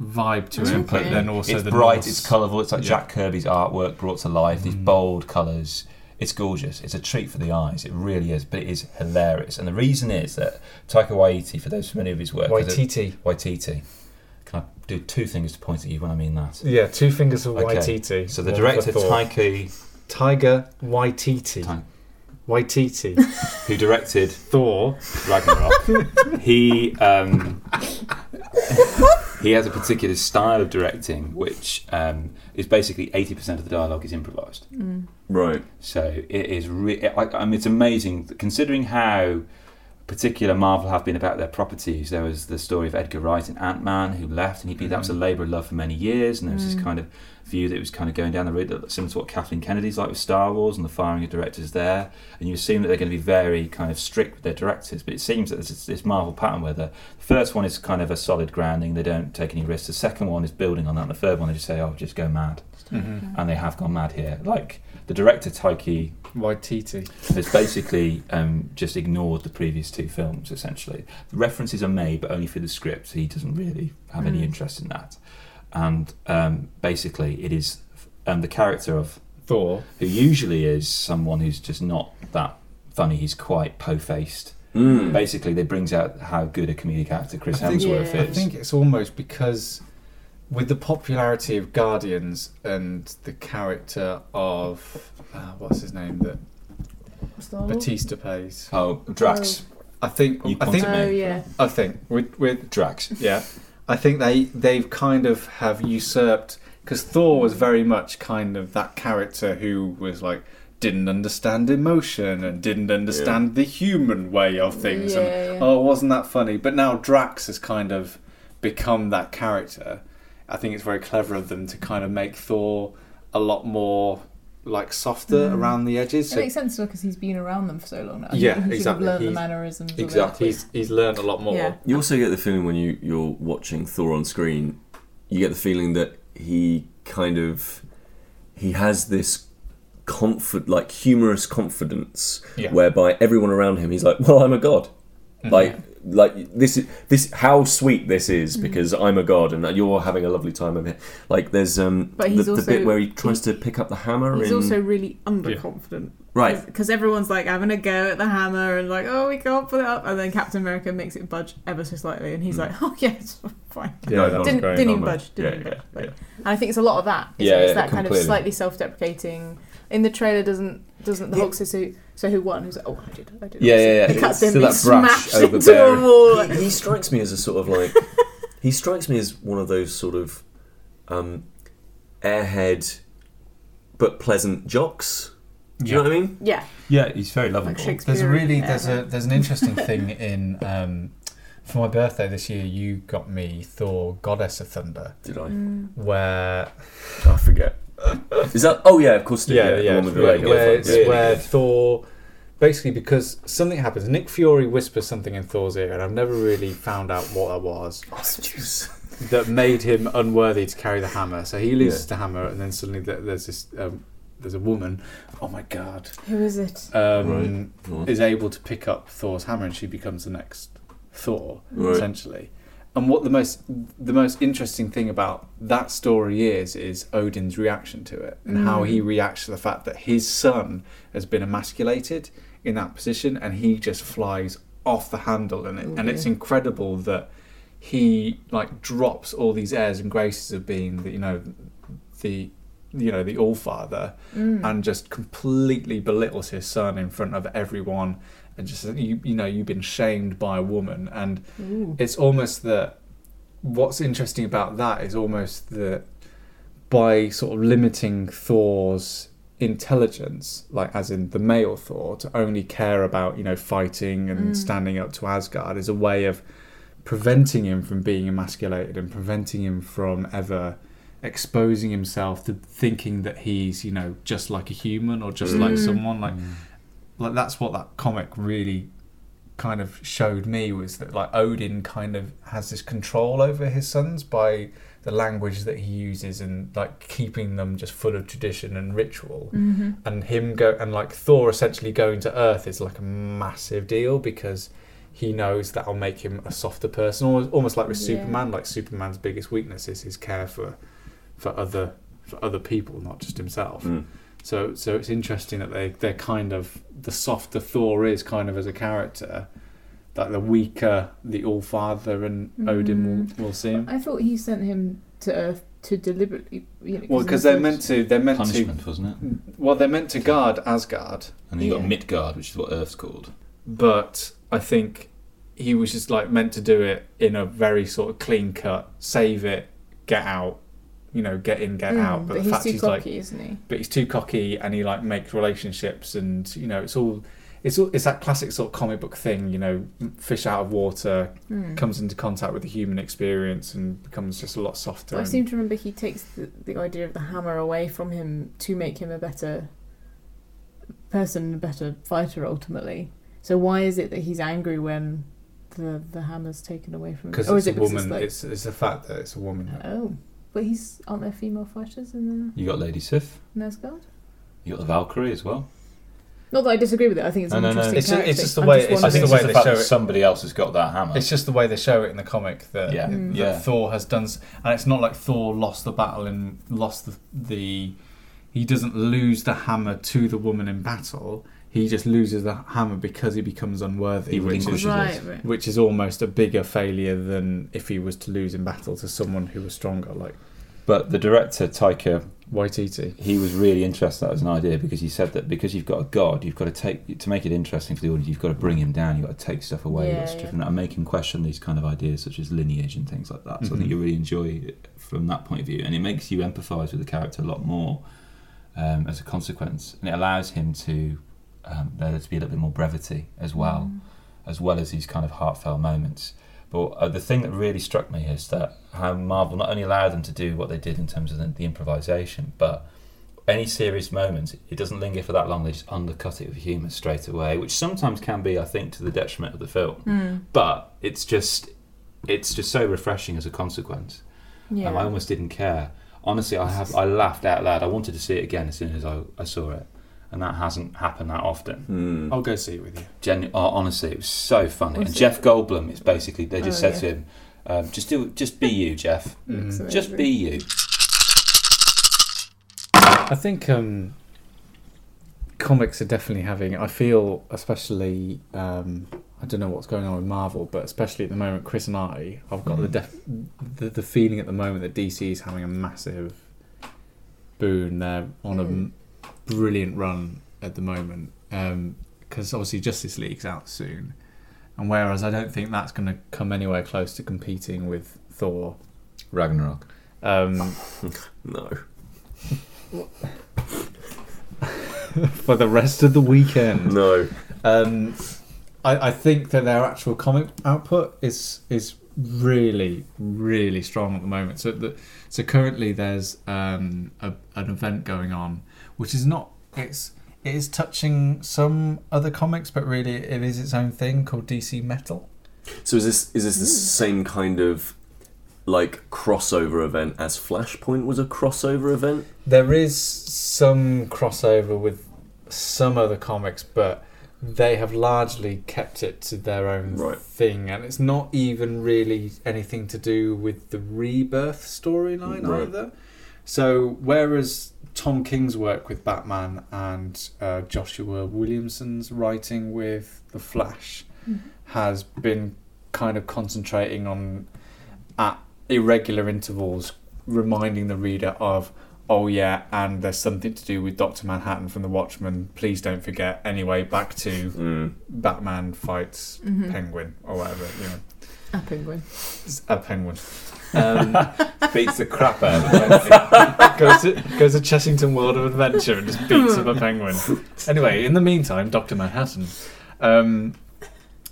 [SPEAKER 7] Vibe to it,
[SPEAKER 5] Okay.
[SPEAKER 7] but then also
[SPEAKER 4] it's
[SPEAKER 7] the
[SPEAKER 4] bright,
[SPEAKER 7] Norse-
[SPEAKER 4] it's colourful. It's like Jack Kirby's artwork brought to life.
[SPEAKER 7] Mm.
[SPEAKER 4] These bold colours. It's gorgeous. It's a treat for the eyes. It really is. But it is hilarious. And the reason is that Taika Waititi, for those familiar with his work, is a-
[SPEAKER 2] Waititi.
[SPEAKER 4] Waititi. Can I do two things to point at you when I mean that?
[SPEAKER 2] Yeah, two fingers of
[SPEAKER 4] Okay.
[SPEAKER 2] Waititi.
[SPEAKER 4] So the
[SPEAKER 2] one
[SPEAKER 4] director
[SPEAKER 2] for Thor.
[SPEAKER 4] Taiki,
[SPEAKER 2] Tiger Waititi.
[SPEAKER 4] Ti- *laughs*
[SPEAKER 2] Waititi.
[SPEAKER 4] who directed
[SPEAKER 2] Thor.
[SPEAKER 4] Ragnarok,
[SPEAKER 7] *laughs*
[SPEAKER 4] he um, he has a particular style of directing, which um, is basically eighty percent of the dialogue is improvised.
[SPEAKER 5] Mm.
[SPEAKER 3] Right.
[SPEAKER 4] So it is. Re- I, I mean, it's amazing considering how particular Marvel have been about their properties. There was the story of Edgar Wright and Ant Man who left, and he that was a labour of love for many years, and there was this kind of view that it was kind of going down the route that- similar to what Kathleen Kennedy's like with Star Wars and the firing of directors there. And you assume that they're going to be very kind of strict with their directors, but it seems that there's this, this Marvel pattern where the first one is kind of a solid grounding; they don't take any risks. The second one is building on that, and the third one they just say, "Oh, just go mad,"
[SPEAKER 5] Mm-hmm.
[SPEAKER 4] and they have gone mad here. Like the director Taiki
[SPEAKER 2] Waititi.
[SPEAKER 4] it's basically um, just ignored the previous two films, essentially. The references are made, but only through the script. He doesn't really have any
[SPEAKER 5] Mm.
[SPEAKER 4] interest in that. And um, basically, it is um, the character of
[SPEAKER 2] Thor.
[SPEAKER 4] who usually is someone who's just not that funny. He's quite po-faced.
[SPEAKER 3] Mm.
[SPEAKER 4] Basically, that brings out how good a comedic actor Chris
[SPEAKER 2] I think-
[SPEAKER 4] Hemsworth
[SPEAKER 5] Yeah.
[SPEAKER 2] I
[SPEAKER 4] is.
[SPEAKER 2] think it's almost because with the popularity of Guardians and the character of uh, what's his name that Oh. Batista plays,
[SPEAKER 4] oh, Drax.
[SPEAKER 2] I think
[SPEAKER 4] You
[SPEAKER 2] I think
[SPEAKER 4] pointed
[SPEAKER 5] Oh yeah.
[SPEAKER 2] I think with with
[SPEAKER 4] Drax.
[SPEAKER 2] yeah, I think they they've kind of have usurped because Thor was very much kind of that character who was like didn't understand emotion and didn't understand the human way of things and
[SPEAKER 5] Yeah, yeah.
[SPEAKER 2] oh wasn't that funny but now Drax has kind of become that character I think it's very clever of them to kind of make Thor a lot more like softer
[SPEAKER 5] Mm.
[SPEAKER 2] around the edges
[SPEAKER 5] It
[SPEAKER 2] so
[SPEAKER 5] makes sense because he's been around them for so long now.
[SPEAKER 2] Yeah,
[SPEAKER 5] he should
[SPEAKER 2] exactly.
[SPEAKER 5] Have learned the
[SPEAKER 2] He's-
[SPEAKER 5] mannerisms. of it.
[SPEAKER 2] exactly he's, he's learned a lot more
[SPEAKER 5] Yeah.
[SPEAKER 3] You also get the feeling when you, you're watching Thor on screen, you get the feeling that he kind of he has this comfort like humorous confidence
[SPEAKER 2] Yeah.
[SPEAKER 3] whereby everyone around him he's like, Well, I'm a god. Like, like this is this how sweet this is because I'm a god and you're having a lovely time of it. Like, there's um
[SPEAKER 5] But
[SPEAKER 3] the,
[SPEAKER 5] he's
[SPEAKER 3] the
[SPEAKER 5] also-
[SPEAKER 3] bit where he tries to pick up the hammer.
[SPEAKER 5] He's
[SPEAKER 3] in,
[SPEAKER 5] also really underconfident.
[SPEAKER 3] right.
[SPEAKER 5] Because everyone's like having a go at the hammer and like, oh, we can't put it up. And then Captain America makes it budge ever so slightly. And he's like, oh, *laughs* yeah, it's fine.
[SPEAKER 2] Yeah,
[SPEAKER 3] that was
[SPEAKER 5] Didn't,
[SPEAKER 2] great.
[SPEAKER 5] didn't even
[SPEAKER 3] Not
[SPEAKER 5] budge.
[SPEAKER 3] much.
[SPEAKER 5] Didn't
[SPEAKER 3] Yeah,
[SPEAKER 5] even
[SPEAKER 3] yeah,
[SPEAKER 5] budge. Like,
[SPEAKER 3] yeah.
[SPEAKER 5] And I think it's a lot of that. Isn't
[SPEAKER 9] Yeah,
[SPEAKER 5] it? It's
[SPEAKER 9] yeah,
[SPEAKER 5] that kind of
[SPEAKER 9] completely.
[SPEAKER 5] slightly self deprecating. In the trailer, doesn't doesn't the Hulk say, so, so who won? Who's like, oh, I did. I did.
[SPEAKER 9] Yeah, yeah, yeah.
[SPEAKER 5] He cuts
[SPEAKER 9] It's
[SPEAKER 5] him, he
[SPEAKER 9] still that brush
[SPEAKER 5] smashed into
[SPEAKER 9] overbearing.
[SPEAKER 5] a
[SPEAKER 3] *laughs*
[SPEAKER 5] wall.
[SPEAKER 3] he, he strikes me as a sort
[SPEAKER 2] *laughs*
[SPEAKER 3] of like he strikes me as one of those sort of um, airhead but pleasant jocks. Do you know what I mean?
[SPEAKER 5] Yeah,
[SPEAKER 6] Yeah, he's very lovable.
[SPEAKER 5] like Shakespeare.
[SPEAKER 7] There's really there's
[SPEAKER 5] yeah.
[SPEAKER 7] a there's an interesting thing in um, for my birthday this year. You got me Thor, Goddess of Thunder,
[SPEAKER 3] Did I?
[SPEAKER 5] Mm.
[SPEAKER 7] where
[SPEAKER 3] I forget. Is that? Oh yeah, of course. it did,
[SPEAKER 2] yeah, yeah,
[SPEAKER 3] the one
[SPEAKER 2] it's
[SPEAKER 3] with the
[SPEAKER 2] where,
[SPEAKER 3] leg.
[SPEAKER 2] where it's
[SPEAKER 3] Yeah.
[SPEAKER 2] where Thor basically because something happens. Nick Fury whispers something in Thor's ear, and I've never really found out what that was
[SPEAKER 3] Oh, jeez.
[SPEAKER 2] *laughs* that made him unworthy to carry the hammer. So he loses the hammer, and then suddenly th- there's this um, there's a woman. Oh my god!
[SPEAKER 5] Who is it?
[SPEAKER 2] Um,
[SPEAKER 3] Right.
[SPEAKER 2] Is able to pick up Thor's hammer, and she becomes the next Thor
[SPEAKER 3] Right.
[SPEAKER 2] essentially. And what the most the most interesting thing about that story is is Odin's reaction to it and how he reacts to the fact that his son has been emasculated in that position and he just flies off the handle and it, and it's incredible that he like drops all these airs and graces of being the you know the you know the all father and just completely belittles his son in front of everyone and just says, you you know you've been shamed by a woman and it's almost that what's interesting about that is almost that by sort of limiting Thor's intelligence, like as in the male Thor, to only care about, you know, fighting and standing up to Asgard is a way of preventing him from being emasculated and preventing him from ever exposing himself to thinking that he's, you know, just like a human or just like someone. Like like that's what that comic really kind of showed me was that like Odin kind of has this control over his sons by the language that he uses and like keeping them just full of tradition and ritual
[SPEAKER 5] Mm-hmm.
[SPEAKER 2] and him go and like Thor essentially going to Earth is like a massive deal because he knows that'll make him a softer person almost, almost like with
[SPEAKER 5] Yeah.
[SPEAKER 2] Superman like Superman's biggest weakness is his care for for other for other people not just himself
[SPEAKER 3] Mm.
[SPEAKER 2] so so it's interesting that they they're kind of the softer Thor is kind of as a character, that the weaker the All Father and Odin will, will seem.
[SPEAKER 5] Mm. I thought he sent him to Earth to deliberately. You know,
[SPEAKER 2] Well, because
[SPEAKER 5] he
[SPEAKER 2] they're
[SPEAKER 5] was-
[SPEAKER 2] meant to they're meant
[SPEAKER 4] Punishment, wasn't it?
[SPEAKER 2] to well they're meant to guard Asgard,
[SPEAKER 4] And then you
[SPEAKER 5] Yeah.
[SPEAKER 4] got Midgard, which is what Earth's called.
[SPEAKER 2] but I think he was just like meant to do it in a very sort of clean cut, save it, get out, you know, get in, get
[SPEAKER 5] Mm,
[SPEAKER 2] out. But,
[SPEAKER 5] but
[SPEAKER 2] the
[SPEAKER 5] he's
[SPEAKER 2] fact
[SPEAKER 5] too
[SPEAKER 2] he's like
[SPEAKER 5] cocky, isn't he?
[SPEAKER 2] but he's too cocky and he like makes relationships and you know it's all it's all it's that classic sort of comic book thing you know fish out of water
[SPEAKER 5] Mm.
[SPEAKER 2] comes into contact with the human experience and becomes just a lot softer
[SPEAKER 5] But I
[SPEAKER 2] and-
[SPEAKER 5] seem to remember he takes the, the idea of the hammer away from him to make him a better person, a better fighter ultimately. So why is it that he's angry when the the hammer's taken away from him?
[SPEAKER 2] because
[SPEAKER 5] Or
[SPEAKER 2] it's
[SPEAKER 5] is
[SPEAKER 2] a
[SPEAKER 5] it because
[SPEAKER 2] woman it's,
[SPEAKER 5] like
[SPEAKER 2] it's, the fact that it's a woman
[SPEAKER 5] oh, but he's aren't there female fighters in
[SPEAKER 4] You got Lady Sif.
[SPEAKER 5] the Nazgard?
[SPEAKER 4] You got the Valkyrie as well.
[SPEAKER 5] Not that I disagree with it. I think it's
[SPEAKER 4] No,
[SPEAKER 5] an
[SPEAKER 4] no, no.
[SPEAKER 5] interesting
[SPEAKER 7] It's ju- it's
[SPEAKER 5] character.
[SPEAKER 7] just the
[SPEAKER 5] I'm
[SPEAKER 7] way-
[SPEAKER 5] just
[SPEAKER 7] it's
[SPEAKER 4] I
[SPEAKER 7] just
[SPEAKER 4] think
[SPEAKER 5] wondering-
[SPEAKER 4] it's
[SPEAKER 7] the way
[SPEAKER 4] just
[SPEAKER 7] they
[SPEAKER 4] the fact
[SPEAKER 7] show
[SPEAKER 4] that
[SPEAKER 7] it-
[SPEAKER 4] somebody else has got that hammer.
[SPEAKER 7] it's just the way they show it in the comic that,
[SPEAKER 4] Yeah,
[SPEAKER 5] Mm.
[SPEAKER 7] that
[SPEAKER 4] yeah.
[SPEAKER 7] Thor has done. s- And it's not like Thor lost the battle and lost the the.
[SPEAKER 2] he doesn't lose the hammer to the woman in battle he just loses the hammer because he becomes unworthy
[SPEAKER 4] He
[SPEAKER 2] which is
[SPEAKER 4] relinquishes
[SPEAKER 5] right, right.
[SPEAKER 2] which is almost a bigger failure than if he was to lose in battle to someone who was stronger like
[SPEAKER 4] But the director Taika
[SPEAKER 2] Waititi
[SPEAKER 4] he was really interested that as an idea because he said that because you've got a god you've got to take to make it interesting for the audience you've got to bring him down you've got to take stuff away
[SPEAKER 5] Yeah,
[SPEAKER 4] you've got to strip him out and make him question these kind of ideas such as lineage and things like that so I
[SPEAKER 7] Mm-hmm.
[SPEAKER 4] think you really enjoy it from that point of view and it makes you empathise with the character a lot more um, as a consequence and it allows him to um, there to be a little bit more brevity as well as well as these kind of heartfelt moments but uh, the thing that really struck me is that how Marvel not only allowed them to do what they did in terms of the, the improvisation, but any serious moment, it doesn't linger for that long. They just undercut it with humour straight away, which sometimes can be, I think, to the detriment of the film.
[SPEAKER 5] Hmm,
[SPEAKER 4] But it's just, it's just so refreshing as a consequence.
[SPEAKER 5] Yeah.
[SPEAKER 4] Um, I almost didn't care. Honestly, I have I laughed out loud. I wanted to see it again as soon as I, I saw it. and that hasn't happened that often.
[SPEAKER 2] Oh.
[SPEAKER 3] Hmm.
[SPEAKER 7] I'll go see it with you.
[SPEAKER 4] Genu- oh, honestly, it was so funny.
[SPEAKER 5] Was
[SPEAKER 4] and
[SPEAKER 5] it?
[SPEAKER 4] Jeff Goldblum is basically they just
[SPEAKER 5] Oh,
[SPEAKER 4] said to him, um, "Just do, just be you, Jeff.
[SPEAKER 5] Looks
[SPEAKER 4] Just be
[SPEAKER 5] amazing.
[SPEAKER 4] you."
[SPEAKER 2] I think um, comics are definitely having. I feel especially. Um, I don't know what's going on with Marvel, but especially at the moment, Chris and I, I've got the, def- the the feeling at the moment that DC is having a massive boon. They're on a m a brilliant run at the moment because obviously Justice League's out soon, and whereas I don't think that's going to come anywhere close to competing with Thor.
[SPEAKER 9] Ragnarok.
[SPEAKER 2] Um,
[SPEAKER 3] No.
[SPEAKER 2] for the rest of the weekend,
[SPEAKER 3] No.
[SPEAKER 2] Um, I, I think that their actual comic output is is really really strong at the moment. So the, so currently there's um, a, an event going on, which is not it's it is touching some other comics, but really it is its own thing called DC Metal.
[SPEAKER 3] So is this is this the same kind of like crossover event as Flashpoint was a crossover event?
[SPEAKER 2] There is some crossover with some other comics, but they have largely kept it to their own
[SPEAKER 3] Right.
[SPEAKER 2] thing, and it's not even really anything to do with the rebirth storyline
[SPEAKER 3] Right.
[SPEAKER 2] either. So, whereas Tom King's work with Batman and uh, Joshua Williamson's writing with The Flash
[SPEAKER 5] Mm-hmm.
[SPEAKER 2] has been kind of concentrating on at irregular intervals, reminding the reader of, oh yeah, and there's something to do with Doctor Manhattan from The Watchmen. Please don't forget. Anyway, back to
[SPEAKER 3] Mm.
[SPEAKER 2] Batman fights
[SPEAKER 5] Mhm.
[SPEAKER 2] Penguin or whatever. You know,
[SPEAKER 5] Mm-hmm. A penguin.
[SPEAKER 2] It's a Penguin. Um,
[SPEAKER 4] Beats the
[SPEAKER 2] *laughs*
[SPEAKER 4] crap out of him.
[SPEAKER 2] goes to goes to Chessington World of Adventure and just beats up a penguin. Anyway, in the meantime, Doctor Manhattan. Um,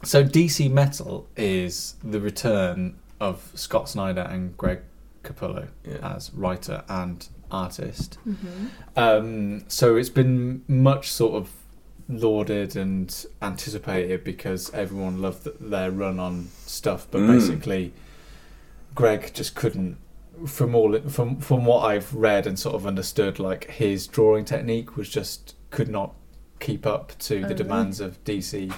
[SPEAKER 2] so DC Metal is the return of Scott Snyder and Greg Capullo
[SPEAKER 3] Yeah.
[SPEAKER 2] as writer and artist. Um, so it's been much sort of lauded and anticipated because everyone loved th- their run on stuff, but
[SPEAKER 3] Mm.
[SPEAKER 2] basically, Greg just couldn't. From all it- from from what I've read and sort of understood, like his drawing technique was just could not keep up to
[SPEAKER 5] Oh,
[SPEAKER 2] the
[SPEAKER 5] really?
[SPEAKER 2] demands of DC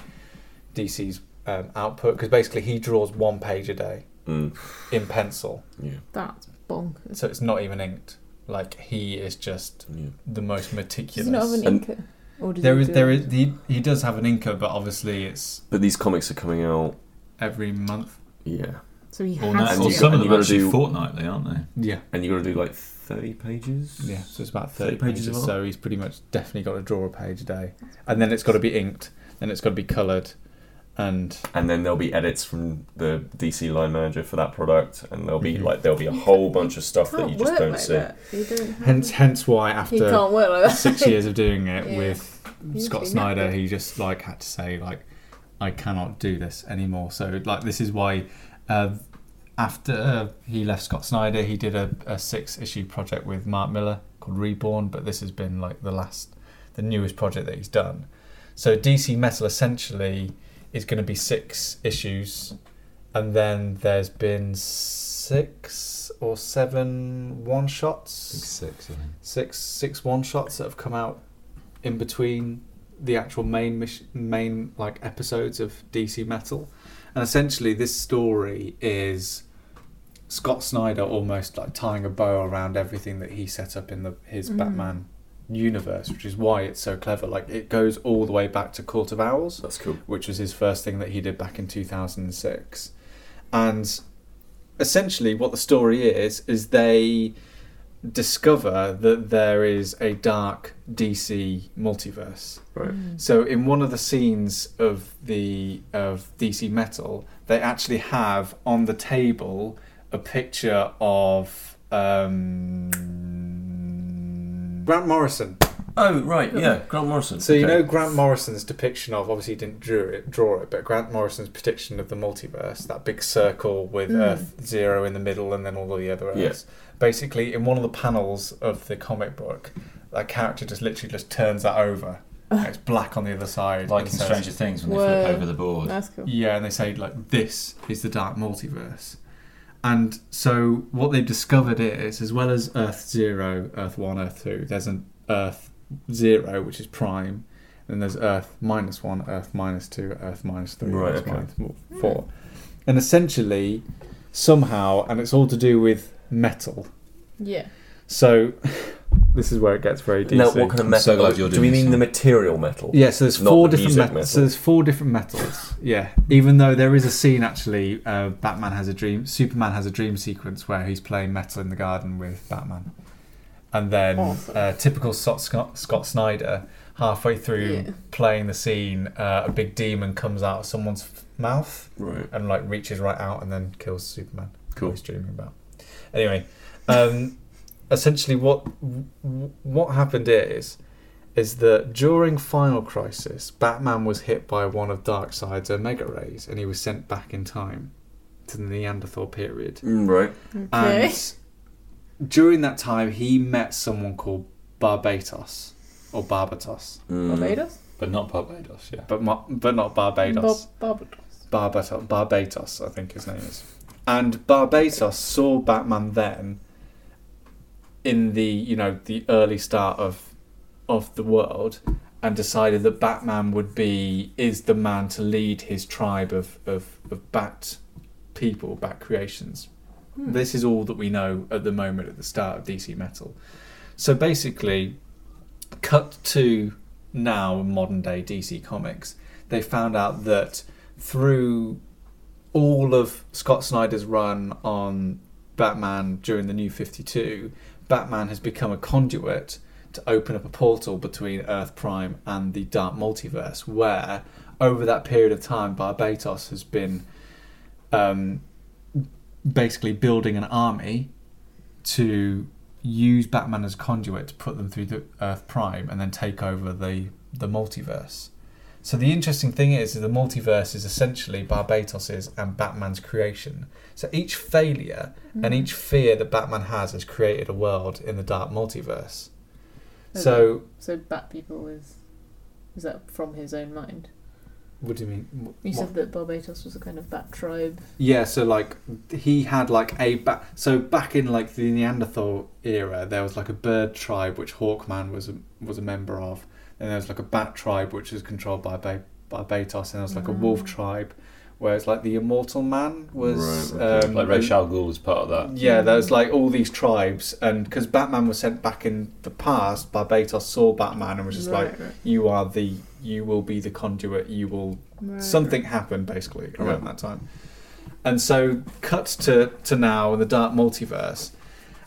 [SPEAKER 2] DC's um, output because basically he draws one page a day
[SPEAKER 3] Mm.
[SPEAKER 2] in pencil,
[SPEAKER 3] Yeah.
[SPEAKER 5] That's bonkers.
[SPEAKER 2] so it's not even inked. Like he is just
[SPEAKER 3] Yeah.
[SPEAKER 2] the most meticulous.
[SPEAKER 5] Does he not have an
[SPEAKER 3] And-
[SPEAKER 5] inker? Or does
[SPEAKER 2] There
[SPEAKER 5] he
[SPEAKER 2] is,
[SPEAKER 5] do
[SPEAKER 2] there
[SPEAKER 5] it?
[SPEAKER 2] is, he, he does have an inker, but obviously it's
[SPEAKER 3] But these comics are coming out.
[SPEAKER 2] every month.
[SPEAKER 3] Yeah.
[SPEAKER 5] So he
[SPEAKER 6] Or,
[SPEAKER 5] has
[SPEAKER 3] and
[SPEAKER 6] no, or
[SPEAKER 5] to.
[SPEAKER 3] you-
[SPEAKER 6] some of
[SPEAKER 3] and
[SPEAKER 6] them
[SPEAKER 3] you
[SPEAKER 6] are
[SPEAKER 3] gotta
[SPEAKER 6] actually
[SPEAKER 3] do-
[SPEAKER 6] fortnightly, aren't they?
[SPEAKER 2] Yeah,
[SPEAKER 3] And you got to do like thirty pages.
[SPEAKER 2] yeah. So it's about
[SPEAKER 3] 30
[SPEAKER 2] thirty,
[SPEAKER 3] pages
[SPEAKER 2] pages,
[SPEAKER 3] of art.
[SPEAKER 2] So he's pretty much definitely got to draw a page a day, and then it's got to be inked, then it's got to be coloured, and
[SPEAKER 3] And then there'll be edits from the DC line manager for that product, and there'll be
[SPEAKER 2] Mhm.
[SPEAKER 3] like there'll be a whole bunch of stuff that
[SPEAKER 5] Can't
[SPEAKER 3] you just
[SPEAKER 5] work
[SPEAKER 3] don't
[SPEAKER 5] like
[SPEAKER 3] see.
[SPEAKER 5] that. You don't have-
[SPEAKER 2] hence hence why
[SPEAKER 5] you
[SPEAKER 2] after
[SPEAKER 5] can't work *laughs* like that.
[SPEAKER 2] *laughs* six years of doing it
[SPEAKER 5] Yeah.
[SPEAKER 2] with
[SPEAKER 5] You
[SPEAKER 2] Scott
[SPEAKER 5] must be
[SPEAKER 2] Snyder,
[SPEAKER 5] knackered.
[SPEAKER 2] he just like had to say like, I cannot do this anymore. So like this is why. Uh, after uh, he left Scott Snyder, he did a, a six-issue project with Mark Miller called Reborn. But this has been like the last, the newest project that he's done. So DC Metal essentially is going to be six issues, and then there's been six or seven one-shots
[SPEAKER 6] Six, I think.
[SPEAKER 2] six six one shots that have come out in between the actual main mission, main like episodes of DC Metal, and essentially this story is Scott Snyder almost like tying a bow around everything that he set up in the his
[SPEAKER 5] Mm.
[SPEAKER 2] Batman universe, which is why it's so clever. Like it goes all the way back to Court of Owls
[SPEAKER 3] That's cool.
[SPEAKER 2] which was his first thing that he did back in 2006. And essentially, what the story is, is they discover that there is a dark DC multiverse.
[SPEAKER 3] Right.
[SPEAKER 5] Mm.
[SPEAKER 2] So in one of the scenes of the of DC Metal, they actually have on the table a picture of um, Grant Morrison.
[SPEAKER 3] Oh right, yeah, Grant Morrison.
[SPEAKER 2] So you
[SPEAKER 3] Okay.
[SPEAKER 2] know Grant Morrison's depiction of obviously he didn't draw it, draw it, but Grant Morrison's prediction of the multiverse, that big circle with
[SPEAKER 5] Mm.
[SPEAKER 2] Earth Zero in the middle and then all of the other
[SPEAKER 3] Yeah.
[SPEAKER 2] Earths. Basically, in one of the panels of the comic book, that character just literally just turns that over. and it's black on the other side.
[SPEAKER 4] Like
[SPEAKER 2] and
[SPEAKER 4] in
[SPEAKER 2] says-
[SPEAKER 4] Stranger Things when they
[SPEAKER 5] Whoa.
[SPEAKER 4] flip over the board.
[SPEAKER 5] That's cool.
[SPEAKER 2] yeah, and they say like this is the dark multiverse. And so what they've discovered is as well as Earth Zero, Earth One, Earth Two, there's an Earth zero, which is prime, and there's Earth minus one, Earth minus two, Earth minus three,
[SPEAKER 3] Right,
[SPEAKER 2] Earth
[SPEAKER 3] okay.
[SPEAKER 2] minus mo- four, and essentially, somehow, and it's all to do with metal.
[SPEAKER 5] Yeah.
[SPEAKER 2] So *laughs* this is where it gets very deep.
[SPEAKER 3] Now, what kind of
[SPEAKER 10] I'm
[SPEAKER 3] metal?
[SPEAKER 10] so glad you're
[SPEAKER 3] do we
[SPEAKER 10] doing this
[SPEAKER 3] mean the
[SPEAKER 10] now.
[SPEAKER 3] material metal?
[SPEAKER 2] Yeah, so there's
[SPEAKER 3] Not
[SPEAKER 2] four
[SPEAKER 3] the
[SPEAKER 2] different
[SPEAKER 3] music
[SPEAKER 2] metals.
[SPEAKER 3] metal.
[SPEAKER 2] So there's four different metals. Yeah, even though there is a scene actually, uh, Batman has a dream. Superman has a dream sequence where he's playing metal in the garden with Batman, and then
[SPEAKER 5] Awesome.
[SPEAKER 2] uh, typical Scott, Scott, Scott Snyder halfway through
[SPEAKER 5] Yeah.
[SPEAKER 2] playing the scene, uh, a big demon comes out of someone's f- mouth
[SPEAKER 3] Right.
[SPEAKER 2] and like reaches right out and then kills Superman.
[SPEAKER 3] Cool.
[SPEAKER 2] What he's dreaming about. Anyway, um, essentially, what w- what happened is is that during Final Crisis, Batman was hit by one of Darkseid's Omega rays, and he was sent back in time to the Neanderthal period.
[SPEAKER 3] Mm, Right.
[SPEAKER 5] Okay. *laughs*
[SPEAKER 2] And during that time, he met someone called Barbatos or Barbatos,
[SPEAKER 3] Mm.
[SPEAKER 5] Barbados?
[SPEAKER 4] But not Barbados, yeah.
[SPEAKER 2] but mo- but not Barbados.
[SPEAKER 5] Bar- Barbados.
[SPEAKER 2] Barbatos, Barbatos, I think his name is. And Barbatos saw Batman then in the, you know, the early start of of the world and decided that Batman would be is the man to lead his tribe of of, of bat people, bat creations.
[SPEAKER 5] Hmm.
[SPEAKER 2] This is all that we know at the moment at the start of DC Metal. So basically, cut to now modern day DC Comics, they found out that through all of Scott Snyder's run on Batman during the New 52, Batman has become a conduit to open up a portal between Earth Prime and the Dark Multiverse, where over that period of time, Barbados has been um, basically building an army to use Batman as a conduit to put them through the Earth Prime and then take over the the multiverse. So the interesting thing is, is the multiverse is essentially Barbados's and Batman's creation. So each failure
[SPEAKER 5] Mm.
[SPEAKER 2] and each fear that Batman has has created a world in the dark multiverse. So
[SPEAKER 5] So Bat People is is that from his own mind?
[SPEAKER 2] what do you mean?
[SPEAKER 5] You
[SPEAKER 2] What-
[SPEAKER 5] said that Barbados was a kind of bat tribe.
[SPEAKER 2] Yeah, so like he had like a ba- so back in like the Neanderthal era, there was like a bird tribe which Hawkman was a, was a member of, and there was like a bat tribe which was controlled by ba- by Batos, and there was like a
[SPEAKER 5] Mm.
[SPEAKER 2] wolf tribe, where it's like the Immortal Man was
[SPEAKER 3] Right, okay.
[SPEAKER 2] um,
[SPEAKER 4] Like
[SPEAKER 2] a-
[SPEAKER 4] Rachel Gould was part of that.
[SPEAKER 2] yeah, there's like all these tribes, and because Batman was sent back in the past, Barbados saw Batman and was just like,
[SPEAKER 5] Right, right,
[SPEAKER 2] "You are the, you will be the conduit. You will
[SPEAKER 5] right.
[SPEAKER 2] something happened basically around that time. And so cut to, to now in the dark multiverse.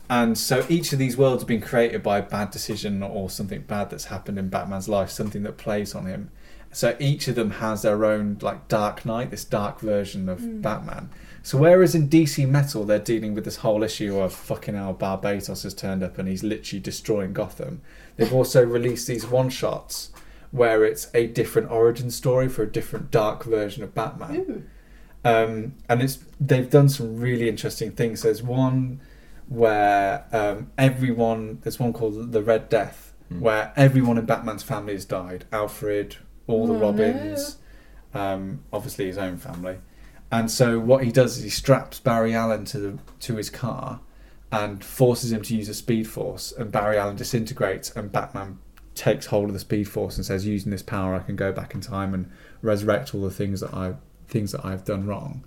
[SPEAKER 2] And so each of these worlds have been created by a bad decision or something bad that's happened in Batman's life, something that plays on him. So each of them has their own like Dark Knight, this dark version of Batman. So whereas in DC Metal they're dealing with this whole issue of fucking hell, Barbados has turned up and he's literally destroying Gotham. They've also released these one shots where it's a different origin story for a different dark version of
[SPEAKER 5] Mm.
[SPEAKER 2] Batman. Um, and it's they've done some really interesting things. There's one where um, everyone there's one called the Red Death, where everyone in Batman's family has died. Alfred, all the
[SPEAKER 5] Oh, no.
[SPEAKER 2] Robins, um, obviously his own family. And so what he does is he straps Barry Allen to the, to his car and forces him to use a speed force and Barry Allen disintegrates and Batman takes hold of the speed force and says using this power I can go back in time and resurrect all the things that I things that I've done wrong.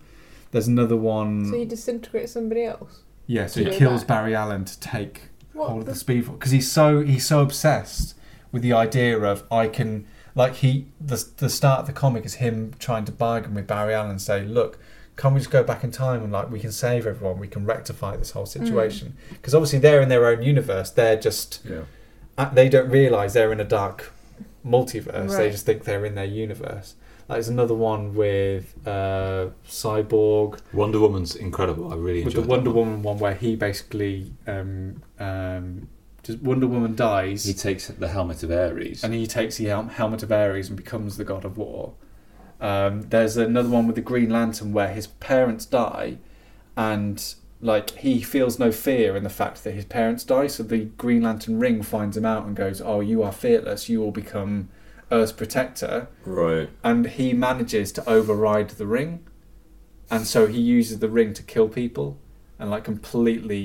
[SPEAKER 2] There's another one
[SPEAKER 5] So you disintegrate somebody else.
[SPEAKER 2] yeah, so he
[SPEAKER 5] Yeah.
[SPEAKER 2] kills Barry Allen to take
[SPEAKER 5] What
[SPEAKER 2] hold of
[SPEAKER 5] the-
[SPEAKER 2] the speed because he's so he's so obsessed with the idea of I can like he the the start of the comic is him trying to bargain with Barry Allen and say look can we just go back in time and like we can save everyone we can rectify this whole situation
[SPEAKER 5] Mm.
[SPEAKER 2] because obviously they're in their own universe they're just
[SPEAKER 3] Yeah.
[SPEAKER 2] uh, they don't realize they're in a dark multiverse they
[SPEAKER 5] Right.
[SPEAKER 2] just think they're in their universe like there's another one with uh, cyborg
[SPEAKER 4] Wonder Woman's incredible. I really
[SPEAKER 2] with the
[SPEAKER 4] enjoyed that
[SPEAKER 2] Wonder
[SPEAKER 4] one.
[SPEAKER 2] Woman one where he basically um, um, just Wonder Woman dies
[SPEAKER 4] He takes the helmet of Ares.
[SPEAKER 2] and he takes the hel- helmet of Ares and becomes the god of war. Um, there's another one with the Green Lantern where his parents die, and like he feels no fear in the fact that his parents die. So the Green Lantern ring finds him out and goes, "Oh, you are fearless. You will become Earth's protector."
[SPEAKER 3] Right.
[SPEAKER 2] and he manages to override the ring, and so he uses the ring to kill people. and like completely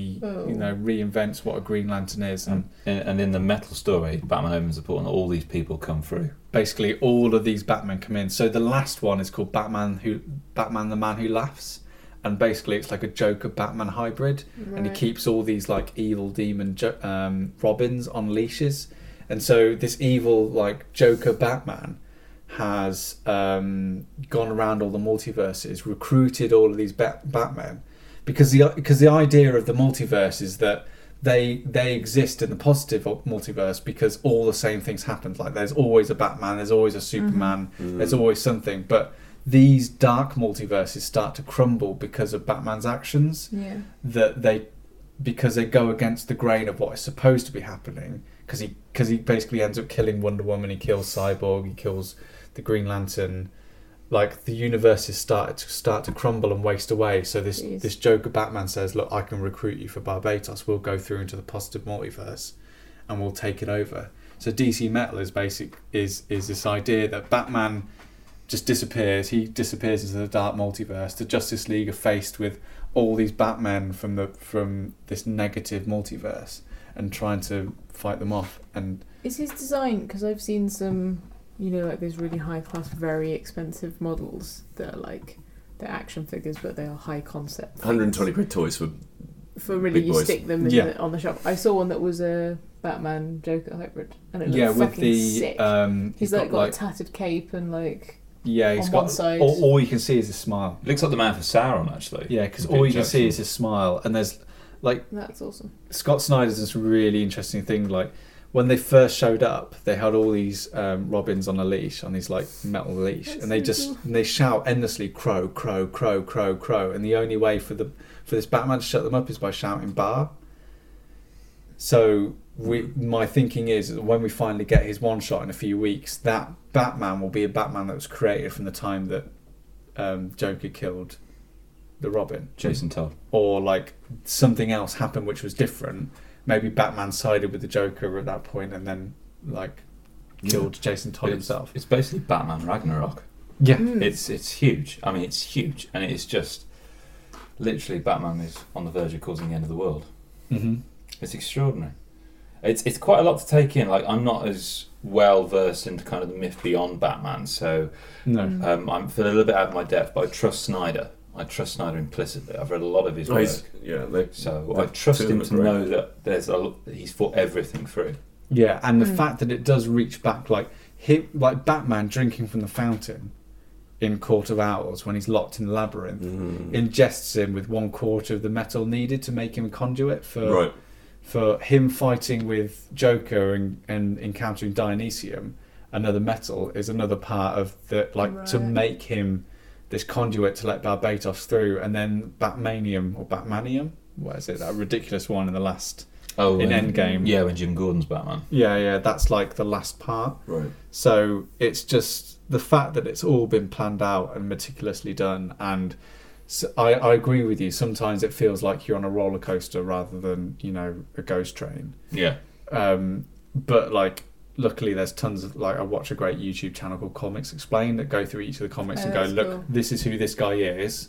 [SPEAKER 2] you know reinvents what a Green Lantern is and
[SPEAKER 4] And, and in the metal story, Batman opens the portal and all these people come through.
[SPEAKER 2] basically all of these Batman come in. So the last one is called Batman who Batman the Man Who Laughs, and basically it's like a Joker Batman hybrid, and he
[SPEAKER 5] Right.
[SPEAKER 2] keeps all these like evil demon jo- um, Robins on leashes, and so this evil like Joker Batman has um, gone around all the multiverses, recruited all of these bat- Batman, because the because the idea of the multiverse is that they they exist in the positive o- multiverse because all the same things happen. Like there's always a Batman, there's always a Superman,
[SPEAKER 3] Mm.
[SPEAKER 2] there's always something. But these dark multiverses start to crumble because of Batman's actions
[SPEAKER 5] Yeah.
[SPEAKER 2] that they because they go against the grain of what is supposed to be happening because he because he basically ends up killing Wonder Woman he kills Cyborg he kills the Green Lantern like the universes start to start to crumble and waste away so this
[SPEAKER 5] Jeez.
[SPEAKER 2] this Joker Batman says look I can recruit you for Barbados we'll go through into the positive multiverse and we'll take it over so DC Metal is basic is is this idea that Batman just disappears. He disappears into the dark multiverse. The Justice League are faced with all these Batmen from the from this negative multiverse and trying to fight them off. And
[SPEAKER 5] Is his design because I've seen some, you know, like those really high class, very expensive models that are like they're action figures, but they are high concept. things.
[SPEAKER 3] 120 quid toys for
[SPEAKER 5] For really,
[SPEAKER 3] big
[SPEAKER 5] you
[SPEAKER 3] boys.
[SPEAKER 5] stick them in
[SPEAKER 2] Yeah.
[SPEAKER 5] the, on the shop. I saw one that was a Batman Joker hybrid, and it looked
[SPEAKER 2] yeah, with
[SPEAKER 5] fucking
[SPEAKER 2] the
[SPEAKER 5] sick.
[SPEAKER 2] um,
[SPEAKER 5] he's like got a tattered cape and like
[SPEAKER 2] yeah, he's
[SPEAKER 5] on
[SPEAKER 2] got
[SPEAKER 5] one side.
[SPEAKER 2] All, all you can see is his smile.
[SPEAKER 4] It looks like the man for Sauron, actually.
[SPEAKER 2] Yeah, because
[SPEAKER 4] Big
[SPEAKER 2] all you can see
[SPEAKER 4] Jackson.
[SPEAKER 2] is his smile. And there's like
[SPEAKER 5] that's awesome.
[SPEAKER 2] Scott Snyder's this really interesting thing. Like when they first showed up, they had all these um, robins on a leash, on these like metal leash,
[SPEAKER 5] That's
[SPEAKER 2] and they
[SPEAKER 5] so
[SPEAKER 2] just
[SPEAKER 5] cool.
[SPEAKER 2] and they shout endlessly, crow, crow, crow, crow, crow. And the only way for the for this Batman to shut them up is by shouting bar. So we, my thinking is that when we finally get his one shot in a few weeks, that Batman will be a Batman that was created from the time that um, Joker killed the Robin
[SPEAKER 3] Jason Todd.
[SPEAKER 2] or like something else happened which was different. Maybe Batman sided with the Joker at that point and then like killed Jason Todd himself.
[SPEAKER 4] It's basically Batman Ragnarok.
[SPEAKER 2] Yeah.
[SPEAKER 5] Hmm. Mm.
[SPEAKER 4] It's it's huge. I mean, it's huge, and it's just literally Batman is on the verge of causing the end of the world.
[SPEAKER 2] Mm-hmm.
[SPEAKER 4] It's extraordinary. It's it's quite a lot to take in. Like I'm not as well versed into kind of the myth beyond Batman, so
[SPEAKER 2] No.
[SPEAKER 4] um, I'm feeling a little bit out of my depth. But I trust Snyder. I trust Snyder implicitly. I've read a lot of his
[SPEAKER 3] Oh,
[SPEAKER 4] work,
[SPEAKER 3] he's- yeah, they,
[SPEAKER 4] so
[SPEAKER 3] the
[SPEAKER 4] I trust
[SPEAKER 3] two
[SPEAKER 4] him
[SPEAKER 3] look
[SPEAKER 4] to
[SPEAKER 3] great.
[SPEAKER 4] know that there's a lot, that he's thought everything through.
[SPEAKER 2] Yeah, and the
[SPEAKER 5] Mm.
[SPEAKER 2] fact that it does reach back like him, like Batman drinking from the fountain in Court of Owls when he's locked in the labyrinth.
[SPEAKER 3] Mm.
[SPEAKER 2] Ingests him with one quarter of the metal needed to make him a conduit for
[SPEAKER 3] right.
[SPEAKER 2] for him fighting with Joker and, and encountering Dionysium, another metal, is another part of the like to
[SPEAKER 5] Right.
[SPEAKER 2] make him this conduit to let Barbados through, and then Batmanium or Batmanium, what is it? That ridiculous one in the last.
[SPEAKER 4] Oh,
[SPEAKER 2] In and- Endgame.
[SPEAKER 4] yeah, when Jim Gordon's Batman.
[SPEAKER 2] Yeah, yeah, that's like the last part.
[SPEAKER 3] Right.
[SPEAKER 2] So it's just the fact that it's all been planned out and meticulously done. And s I I I, agree with you. Sometimes it feels like you're on a roller coaster rather than you know a ghost train.
[SPEAKER 4] Yeah,
[SPEAKER 2] um, but like luckily there's tons of like i watch a great youtube channel called comics explained that go through each of the comics
[SPEAKER 5] Oh,
[SPEAKER 2] and go
[SPEAKER 5] that's
[SPEAKER 2] look
[SPEAKER 5] cool.
[SPEAKER 2] this is who this guy is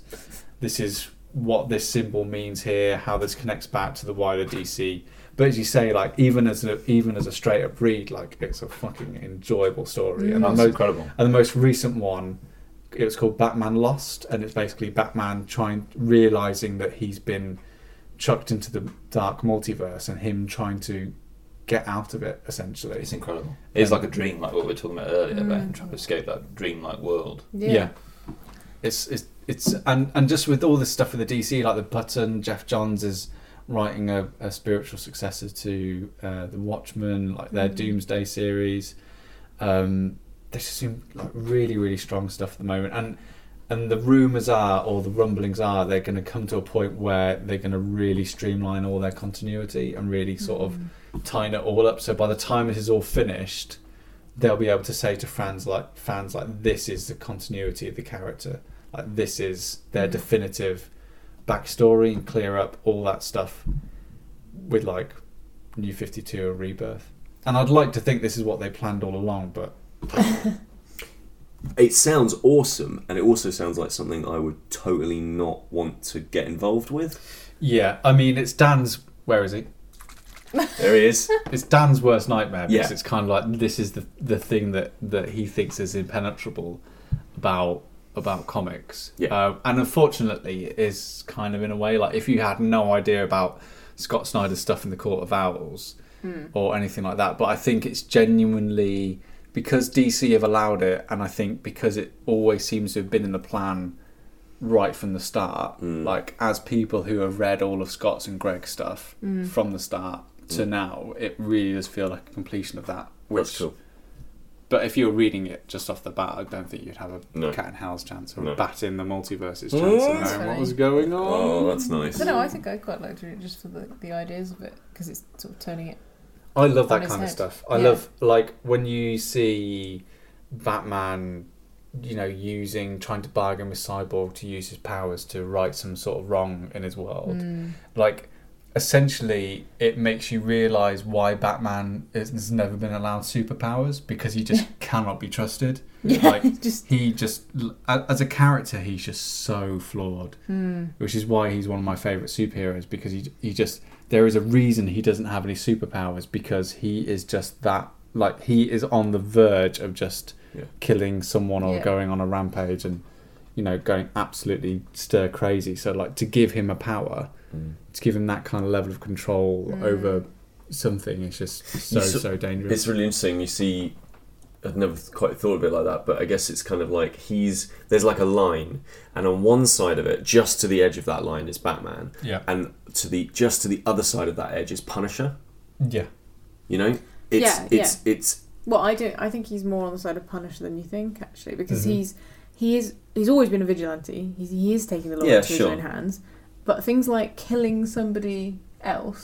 [SPEAKER 2] this is what this symbol means here how this connects back to the wider dc but as you say like even as a even as a straight up read like it's a fucking enjoyable story and, the
[SPEAKER 5] Mm.
[SPEAKER 4] that's
[SPEAKER 2] most,
[SPEAKER 4] incredible.
[SPEAKER 2] and the most recent one it was called batman lost and it's basically batman trying realizing that he's been chucked into the dark multiverse and him trying to get out of it essentially
[SPEAKER 4] It's incredible. It's like a dream, like what we were talking about earlier, about him trying to escape that dream-like world.
[SPEAKER 5] Yeah.
[SPEAKER 2] It's it's it's and and just with all this stuff with the DC, like the button, Jeff Johns is writing a, a spiritual successor to uh, the Watchmen, like their Doomsday series. Um, they just seem like really really strong stuff at the moment, and and the rumors are or the rumblings are they're going to come to a point where they're going to really streamline all their continuity and really sort
[SPEAKER 5] Mm.
[SPEAKER 2] of tighten it all up. So by the time it is all finished, they'll be able to say to fans like fans like this is the continuity of the character like this is their definitive backstory and clear up all that stuff with like new 52 or rebirth and i'd like to think this is what they planned all along but
[SPEAKER 3] It sounds awesome, and it also sounds like something I would totally not want to get involved with.
[SPEAKER 2] Yeah, I mean, it's Dan's. Where is he?
[SPEAKER 3] There he
[SPEAKER 5] *laughs*
[SPEAKER 3] is.
[SPEAKER 2] It's Dan's worst nightmare because
[SPEAKER 3] Yeah.
[SPEAKER 2] it's kind of like this is the the thing that that he thinks is impenetrable about about comics.
[SPEAKER 3] Yeah.
[SPEAKER 2] Uh, and unfortunately, it is kind of in a way like if you had no idea about Scott Snyder's stuff in the Court of Owls or anything like that. But I think it's genuinely because DC have allowed it, and I think because it always seems to have been in the plan right from the start.
[SPEAKER 3] Mm.
[SPEAKER 2] Like as people who have read all of Scott's and Greg's stuff from the start to now, it really does feel like a completion of that. Which,
[SPEAKER 3] Mm. That's cool.
[SPEAKER 2] But if you were reading it just off the bat, I don't think you'd have a
[SPEAKER 3] No.
[SPEAKER 2] cat and house chance or
[SPEAKER 3] No.
[SPEAKER 2] a bat in the multiverses
[SPEAKER 3] *laughs*
[SPEAKER 2] chance of
[SPEAKER 5] That's
[SPEAKER 2] knowing what
[SPEAKER 5] funny.
[SPEAKER 2] was going on.
[SPEAKER 3] Oh, that's nice.
[SPEAKER 5] don't know. I think I quite liked it just for the, the ideas of it because it's sort of turning it.
[SPEAKER 11] I love
[SPEAKER 5] On
[SPEAKER 11] that
[SPEAKER 5] his
[SPEAKER 11] kind of
[SPEAKER 5] head.
[SPEAKER 11] stuff. I
[SPEAKER 5] Yeah.
[SPEAKER 11] love like when you see Batman, you know, using trying to bargain with Cyborg to use his powers to right some sort of wrong in his world.
[SPEAKER 5] Mm.
[SPEAKER 2] *laughs*
[SPEAKER 11] Like essentially it makes you realize why Batman is- has never been allowed superpowers because he
[SPEAKER 5] *laughs*
[SPEAKER 11] just cannot be trusted.
[SPEAKER 5] Yeah,
[SPEAKER 11] Like
[SPEAKER 5] *laughs* just
[SPEAKER 11] he just as a character he's just so flawed
[SPEAKER 5] mm.
[SPEAKER 11] which is why he's one of my favorite superheroes because he he just there is a reason he doesn't have any superpowers because he is just that like he is on the verge of just
[SPEAKER 3] Yeah.
[SPEAKER 11] killing someone or
[SPEAKER 5] Yeah.
[SPEAKER 11] going on a rampage and you know going absolutely stir crazy so like to give him a power
[SPEAKER 4] Mm.
[SPEAKER 11] to give him that kind of level of control
[SPEAKER 5] Mm.
[SPEAKER 11] over something is just so
[SPEAKER 3] so-
[SPEAKER 11] so dangerous
[SPEAKER 3] It's really interesting. You see, I'd never th- quite thought of it like that, but I guess it's kind of like he's there's like a line, and on one side of it, just to the edge of that line, is Batman.
[SPEAKER 2] Yeah.
[SPEAKER 3] And to the just to the other side of that edge is Punisher.
[SPEAKER 2] Yeah.
[SPEAKER 3] You know, it's
[SPEAKER 5] Yeah,
[SPEAKER 3] it's it's
[SPEAKER 5] Well, I don't. I think he's more on the side of Punisher than you think, actually, because
[SPEAKER 3] Mm-hmm.
[SPEAKER 5] he's he is he's always been a vigilante. He's, he is taking the law
[SPEAKER 3] Yeah,
[SPEAKER 5] into
[SPEAKER 3] sure.
[SPEAKER 5] his own hands. But things like killing somebody else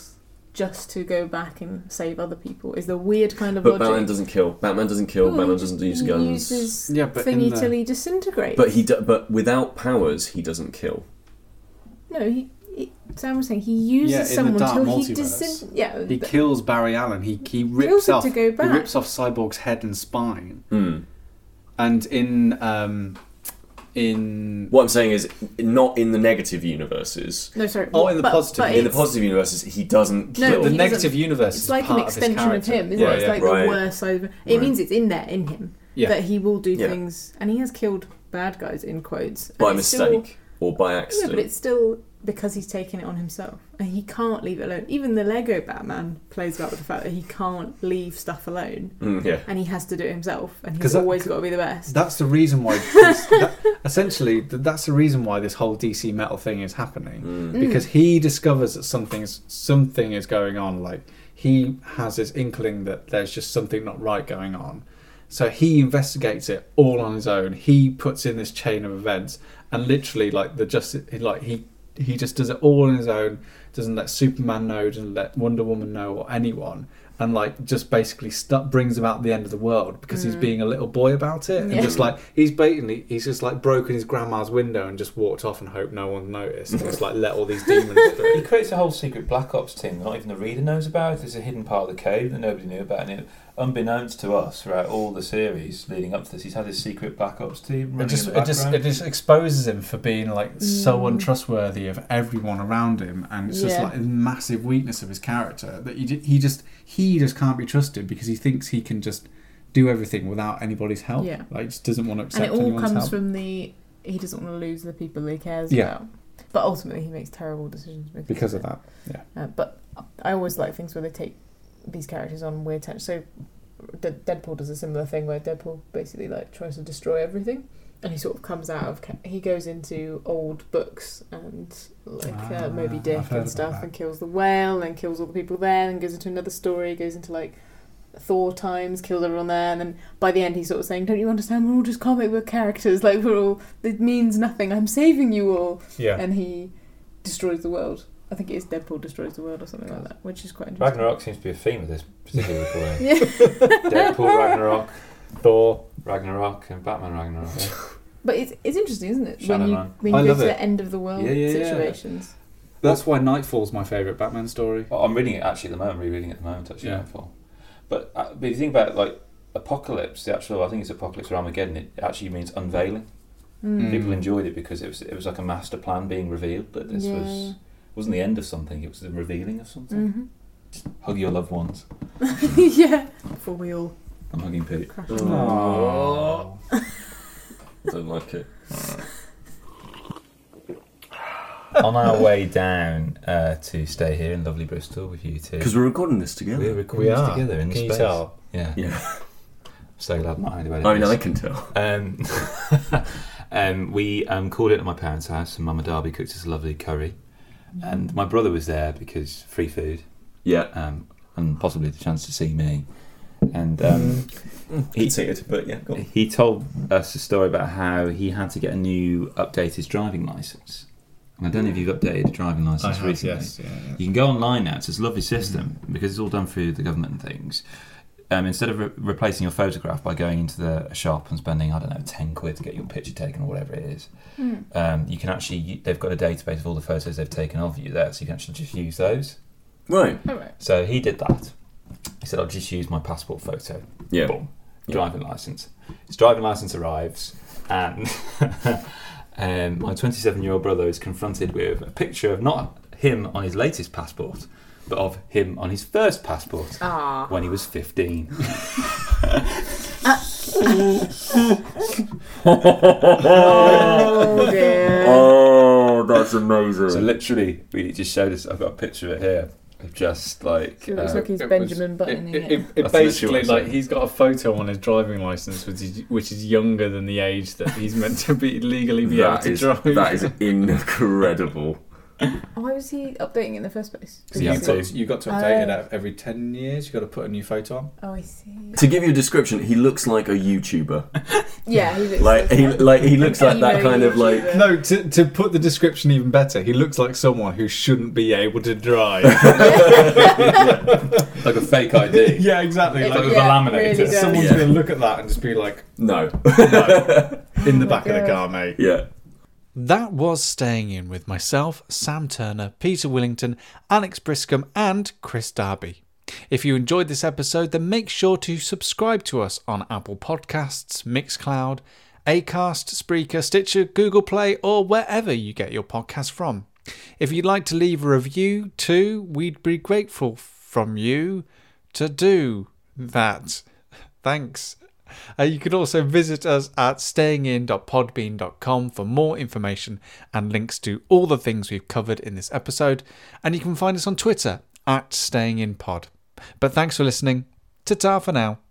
[SPEAKER 5] just to go back and save other people is the weird kind of
[SPEAKER 3] but
[SPEAKER 5] logic.
[SPEAKER 3] Batman doesn't kill. Batman doesn't kill.
[SPEAKER 5] Well, he
[SPEAKER 3] Batman
[SPEAKER 5] just-
[SPEAKER 3] doesn't use
[SPEAKER 5] he
[SPEAKER 3] guns.
[SPEAKER 5] Uses
[SPEAKER 2] Yeah, but in
[SPEAKER 5] thingy
[SPEAKER 2] the-
[SPEAKER 5] till he disintegrates.
[SPEAKER 3] But he do, but without powers, he doesn't kill.
[SPEAKER 5] no he. he- Sam was saying he uses
[SPEAKER 2] Yeah, in the
[SPEAKER 5] someone
[SPEAKER 2] Dark
[SPEAKER 5] till he
[SPEAKER 2] Multiverse.
[SPEAKER 5] disin- yeah
[SPEAKER 2] He
[SPEAKER 5] but-
[SPEAKER 2] kills Barry Allen. He he
[SPEAKER 5] Kills
[SPEAKER 2] rips
[SPEAKER 5] him
[SPEAKER 2] off
[SPEAKER 5] to go
[SPEAKER 2] he
[SPEAKER 5] back.
[SPEAKER 2] rips off Cyborg's head and spine.
[SPEAKER 3] Hmm.
[SPEAKER 2] And in um, in
[SPEAKER 3] What I'm saying is, not in the negative universes.
[SPEAKER 5] no sorry
[SPEAKER 2] Oh, in the
[SPEAKER 5] but-
[SPEAKER 2] positive-
[SPEAKER 5] but
[SPEAKER 3] In the
[SPEAKER 5] it's-
[SPEAKER 3] positive universes, he doesn't
[SPEAKER 5] No,
[SPEAKER 3] kill.
[SPEAKER 2] the
[SPEAKER 5] he doesn't-
[SPEAKER 2] negative universe
[SPEAKER 5] It's
[SPEAKER 2] is
[SPEAKER 5] like an
[SPEAKER 2] part of his
[SPEAKER 5] extension of,
[SPEAKER 2] character.
[SPEAKER 5] him, isn't
[SPEAKER 3] Yeah,
[SPEAKER 5] it? It's
[SPEAKER 3] yeah.
[SPEAKER 5] like
[SPEAKER 3] Right.
[SPEAKER 5] the worst side of him. It means it's in there in him
[SPEAKER 2] Yeah.
[SPEAKER 5] that he will do
[SPEAKER 3] Yeah.
[SPEAKER 5] things, and he has killed bad guys in quotes and
[SPEAKER 3] by
[SPEAKER 5] it's still-
[SPEAKER 3] mistake or by
[SPEAKER 5] yeah,
[SPEAKER 3] accident.
[SPEAKER 5] but it's still because he's taken it on himself, and he can't leave it alone. Even the Lego Batman plays about with the fact that he can't leave stuff alone,
[SPEAKER 3] Mm, yeah.
[SPEAKER 5] and he has to do it himself, and
[SPEAKER 2] 'Cause
[SPEAKER 5] he's
[SPEAKER 2] that-
[SPEAKER 5] always got to be the best.
[SPEAKER 2] That's the reason
[SPEAKER 5] *laughs*
[SPEAKER 2] why. This, that, essentially, th- that's the reason why this whole DC metal thing is happening
[SPEAKER 3] Mm,
[SPEAKER 2] because he discovers that something's something is going on. Like he has this inkling that there's just something not right going on. So he investigates it all on his own. He puts in this chain of events, and literally, like the just like he he just does it all on his own. Doesn't let Superman know. Doesn't let Wonder Woman know or anyone. And like, just basically stu- brings about the end of the world because he's being a little boy about it, and
[SPEAKER 5] Yeah.
[SPEAKER 2] just like he's blatantly, he's just like broken his grandma's window and just walked off and hoped no one noticed. And just like let all *laughs* these demons
[SPEAKER 4] He
[SPEAKER 2] through.
[SPEAKER 4] creates a whole secret Black Ops team that not even the reader knows about. It's a hidden part of the cave that nobody knew about. And it, unbeknownst to us throughout all the series leading up to this, he's had his secret Black Ops team running
[SPEAKER 2] It just,
[SPEAKER 4] in the
[SPEAKER 2] it just,
[SPEAKER 4] background.
[SPEAKER 2] it just exposes him for being like so untrustworthy of everyone around him, and it's just
[SPEAKER 5] Mm. Yeah.
[SPEAKER 2] like a massive weakness of his character that he, ju- he just he just can't be trusted because he thinks he can just do everything without anybody's help.
[SPEAKER 5] Yeah.
[SPEAKER 2] like just doesn't want to
[SPEAKER 5] and
[SPEAKER 2] accept
[SPEAKER 5] it all
[SPEAKER 2] anyone's
[SPEAKER 5] comes
[SPEAKER 2] help.
[SPEAKER 5] from the he doesn't want to lose the people he cares
[SPEAKER 2] Yeah.
[SPEAKER 5] about, but ultimately he makes terrible decisions
[SPEAKER 2] because
[SPEAKER 5] of
[SPEAKER 2] of that.
[SPEAKER 5] Uh, but I always like things where they take these characters on weird tangents. So De- Deadpool does a similar thing where Deadpool basically like tries to destroy everything, and he sort of comes out of ca- he goes into old books and like
[SPEAKER 2] Ah,
[SPEAKER 5] uh, Moby
[SPEAKER 2] I've
[SPEAKER 5] Dick
[SPEAKER 2] heard about
[SPEAKER 5] and stuff,
[SPEAKER 2] that.
[SPEAKER 5] and kills the whale, and kills all the people there, and goes into another story, goes into like. Thor times kills everyone there, and then by the end he's sort of saying, "Don't you understand? We're all just comic book characters. Like we're all. It means nothing. I'm saving you all."
[SPEAKER 11] yeah
[SPEAKER 5] and he destroys the world. I think it is Deadpool destroys the world or something like that, which is quite interesting.
[SPEAKER 4] Ragnarok seems to be a theme of this particular recording.
[SPEAKER 5] Yeah.
[SPEAKER 4] Deadpool Ragnarok,
[SPEAKER 11] Thor
[SPEAKER 4] Ragnarok, and Batman Ragnarok.
[SPEAKER 5] But it's, it's interesting, isn't it? When you,
[SPEAKER 4] Shadowrun.
[SPEAKER 5] when you
[SPEAKER 2] I
[SPEAKER 5] go
[SPEAKER 2] love
[SPEAKER 5] to
[SPEAKER 2] it.
[SPEAKER 5] the end of the world
[SPEAKER 2] Yeah, yeah, yeah.
[SPEAKER 5] situations.
[SPEAKER 2] That's why Nightfall's my favorite Batman story.
[SPEAKER 4] Well, I'm reading it actually at the moment. rereading it at the moment actually.
[SPEAKER 2] Yeah.
[SPEAKER 4] Nightfall. But, uh, but if you think about it, like Apocalypse, the actual I think it's Apocalypse or Armageddon. It actually means unveiling.
[SPEAKER 5] Mm.
[SPEAKER 4] People enjoyed it because it was it was like a master plan being revealed that this was
[SPEAKER 5] Yeah.
[SPEAKER 4] wasn't the end of something. It was the revealing of something.
[SPEAKER 5] Mm-hmm. *laughs*
[SPEAKER 4] Hug your loved ones.
[SPEAKER 5] yeah. Before we all
[SPEAKER 4] I'm hugging Pete.
[SPEAKER 5] crash.
[SPEAKER 3] Oh. Don't like *laughs* it.
[SPEAKER 4] *laughs* On our way down uh, to stay here in lovely Bristol with you two,
[SPEAKER 3] Because we're recording this together.
[SPEAKER 4] we're recording
[SPEAKER 12] We
[SPEAKER 4] this
[SPEAKER 12] are.
[SPEAKER 4] together in
[SPEAKER 12] Can you
[SPEAKER 4] space.
[SPEAKER 12] tell?
[SPEAKER 4] Yeah.
[SPEAKER 3] yeah.
[SPEAKER 4] *laughs* So glad I'm not hiding about it.
[SPEAKER 3] I mean, I can tell.
[SPEAKER 4] Um, *laughs* um, we um, called it at my parents' house, and Mama Darby cooked us a lovely curry. And my brother was there because free food,
[SPEAKER 3] Yeah.
[SPEAKER 4] um, and possibly the chance to see me. And um,
[SPEAKER 3] He's it, but yeah, go on.
[SPEAKER 4] he told us a story about how he had to get a new updated driving license. And I don't know if you've updated a driving
[SPEAKER 13] I
[SPEAKER 4] license
[SPEAKER 13] have,
[SPEAKER 4] recently.
[SPEAKER 13] yes. Yeah, yeah.
[SPEAKER 4] You can go online now. It's this lovely system because it's all done through the government and things. Um, instead of re- replacing your photograph by going into the shop and spending I don't know ten quid to get your picture taken or whatever it is,
[SPEAKER 5] Mm.
[SPEAKER 4] um, you can actually they've got a database of all the photos they've taken of you there, so you can actually just use those.
[SPEAKER 3] Right.
[SPEAKER 5] All right.
[SPEAKER 4] So he did that. He said, "I'll just use my passport photo."
[SPEAKER 3] Yeah.
[SPEAKER 4] Boom.
[SPEAKER 3] Yeah.
[SPEAKER 4] Driving license. His driving license arrives, and *laughs* um, my 27-year-old brother is confronted with a picture of not him on his latest passport, but of him on his first passport
[SPEAKER 5] Ah.
[SPEAKER 4] when he was 15.
[SPEAKER 5] Oh dear.
[SPEAKER 3] *laughs* Oh, that's amazing.
[SPEAKER 4] So literally, we just showed us. I've got a picture of it here of just like.
[SPEAKER 5] *laughs* It looks
[SPEAKER 4] Uh,
[SPEAKER 5] like he's
[SPEAKER 13] It was-
[SPEAKER 5] Benjamin buttoning
[SPEAKER 13] It, it,
[SPEAKER 5] it.
[SPEAKER 13] it, it
[SPEAKER 4] That's
[SPEAKER 13] basically
[SPEAKER 4] literally what I
[SPEAKER 13] like
[SPEAKER 4] said.
[SPEAKER 13] he's got a photo on his driving license, which is which is younger than the age that he's meant to be legally be able
[SPEAKER 3] that,
[SPEAKER 13] to
[SPEAKER 3] is,
[SPEAKER 13] drive. *laughs*
[SPEAKER 3] that is incredible.
[SPEAKER 5] Why was Oh, he updating in the first place?
[SPEAKER 4] So you
[SPEAKER 5] Because-
[SPEAKER 4] got-
[SPEAKER 13] you got
[SPEAKER 5] to update it out
[SPEAKER 13] every ten years. You got to put a new photo on.
[SPEAKER 5] Oh, I see.
[SPEAKER 3] To give you a description, he looks like a YouTuber.
[SPEAKER 5] Yeah, he looks
[SPEAKER 3] Like he,
[SPEAKER 5] that.
[SPEAKER 3] like he looks like that
[SPEAKER 5] Emo
[SPEAKER 3] kind of like
[SPEAKER 5] YouTuber.
[SPEAKER 13] No, to, to put the description even better, he looks like someone who shouldn't be able to drive.
[SPEAKER 4] uh, like a fake *laughs* ID.
[SPEAKER 13] *laughs* yeah, exactly.
[SPEAKER 5] It-
[SPEAKER 13] Like
[SPEAKER 5] yeah, really does.
[SPEAKER 13] someone's
[SPEAKER 3] Yeah.
[SPEAKER 13] going to look at that and just be *laughs* like,
[SPEAKER 3] no. *laughs*
[SPEAKER 13] no, in the
[SPEAKER 5] Oh my
[SPEAKER 13] back of the
[SPEAKER 5] God.
[SPEAKER 13] car, mate.
[SPEAKER 3] Yeah.
[SPEAKER 2] That was Staying In with myself, Sam Turner, Peter Willington, Alex Briscombe, and Chris Darby. If you enjoyed this episode, then make sure to subscribe to us on Apple Podcasts, Mixcloud, Acast, Spreaker, Stitcher, Google Play, or wherever you get your podcast from. If you'd like to leave a review too, we'd be grateful from you to do that. Thanks. Uh, you can also visit us at stayingin.podbean.com for more information and links to all the things we've covered in this episode. And you can find us on Twitter at stayinginpod. But thanks for listening. Ta ta for now.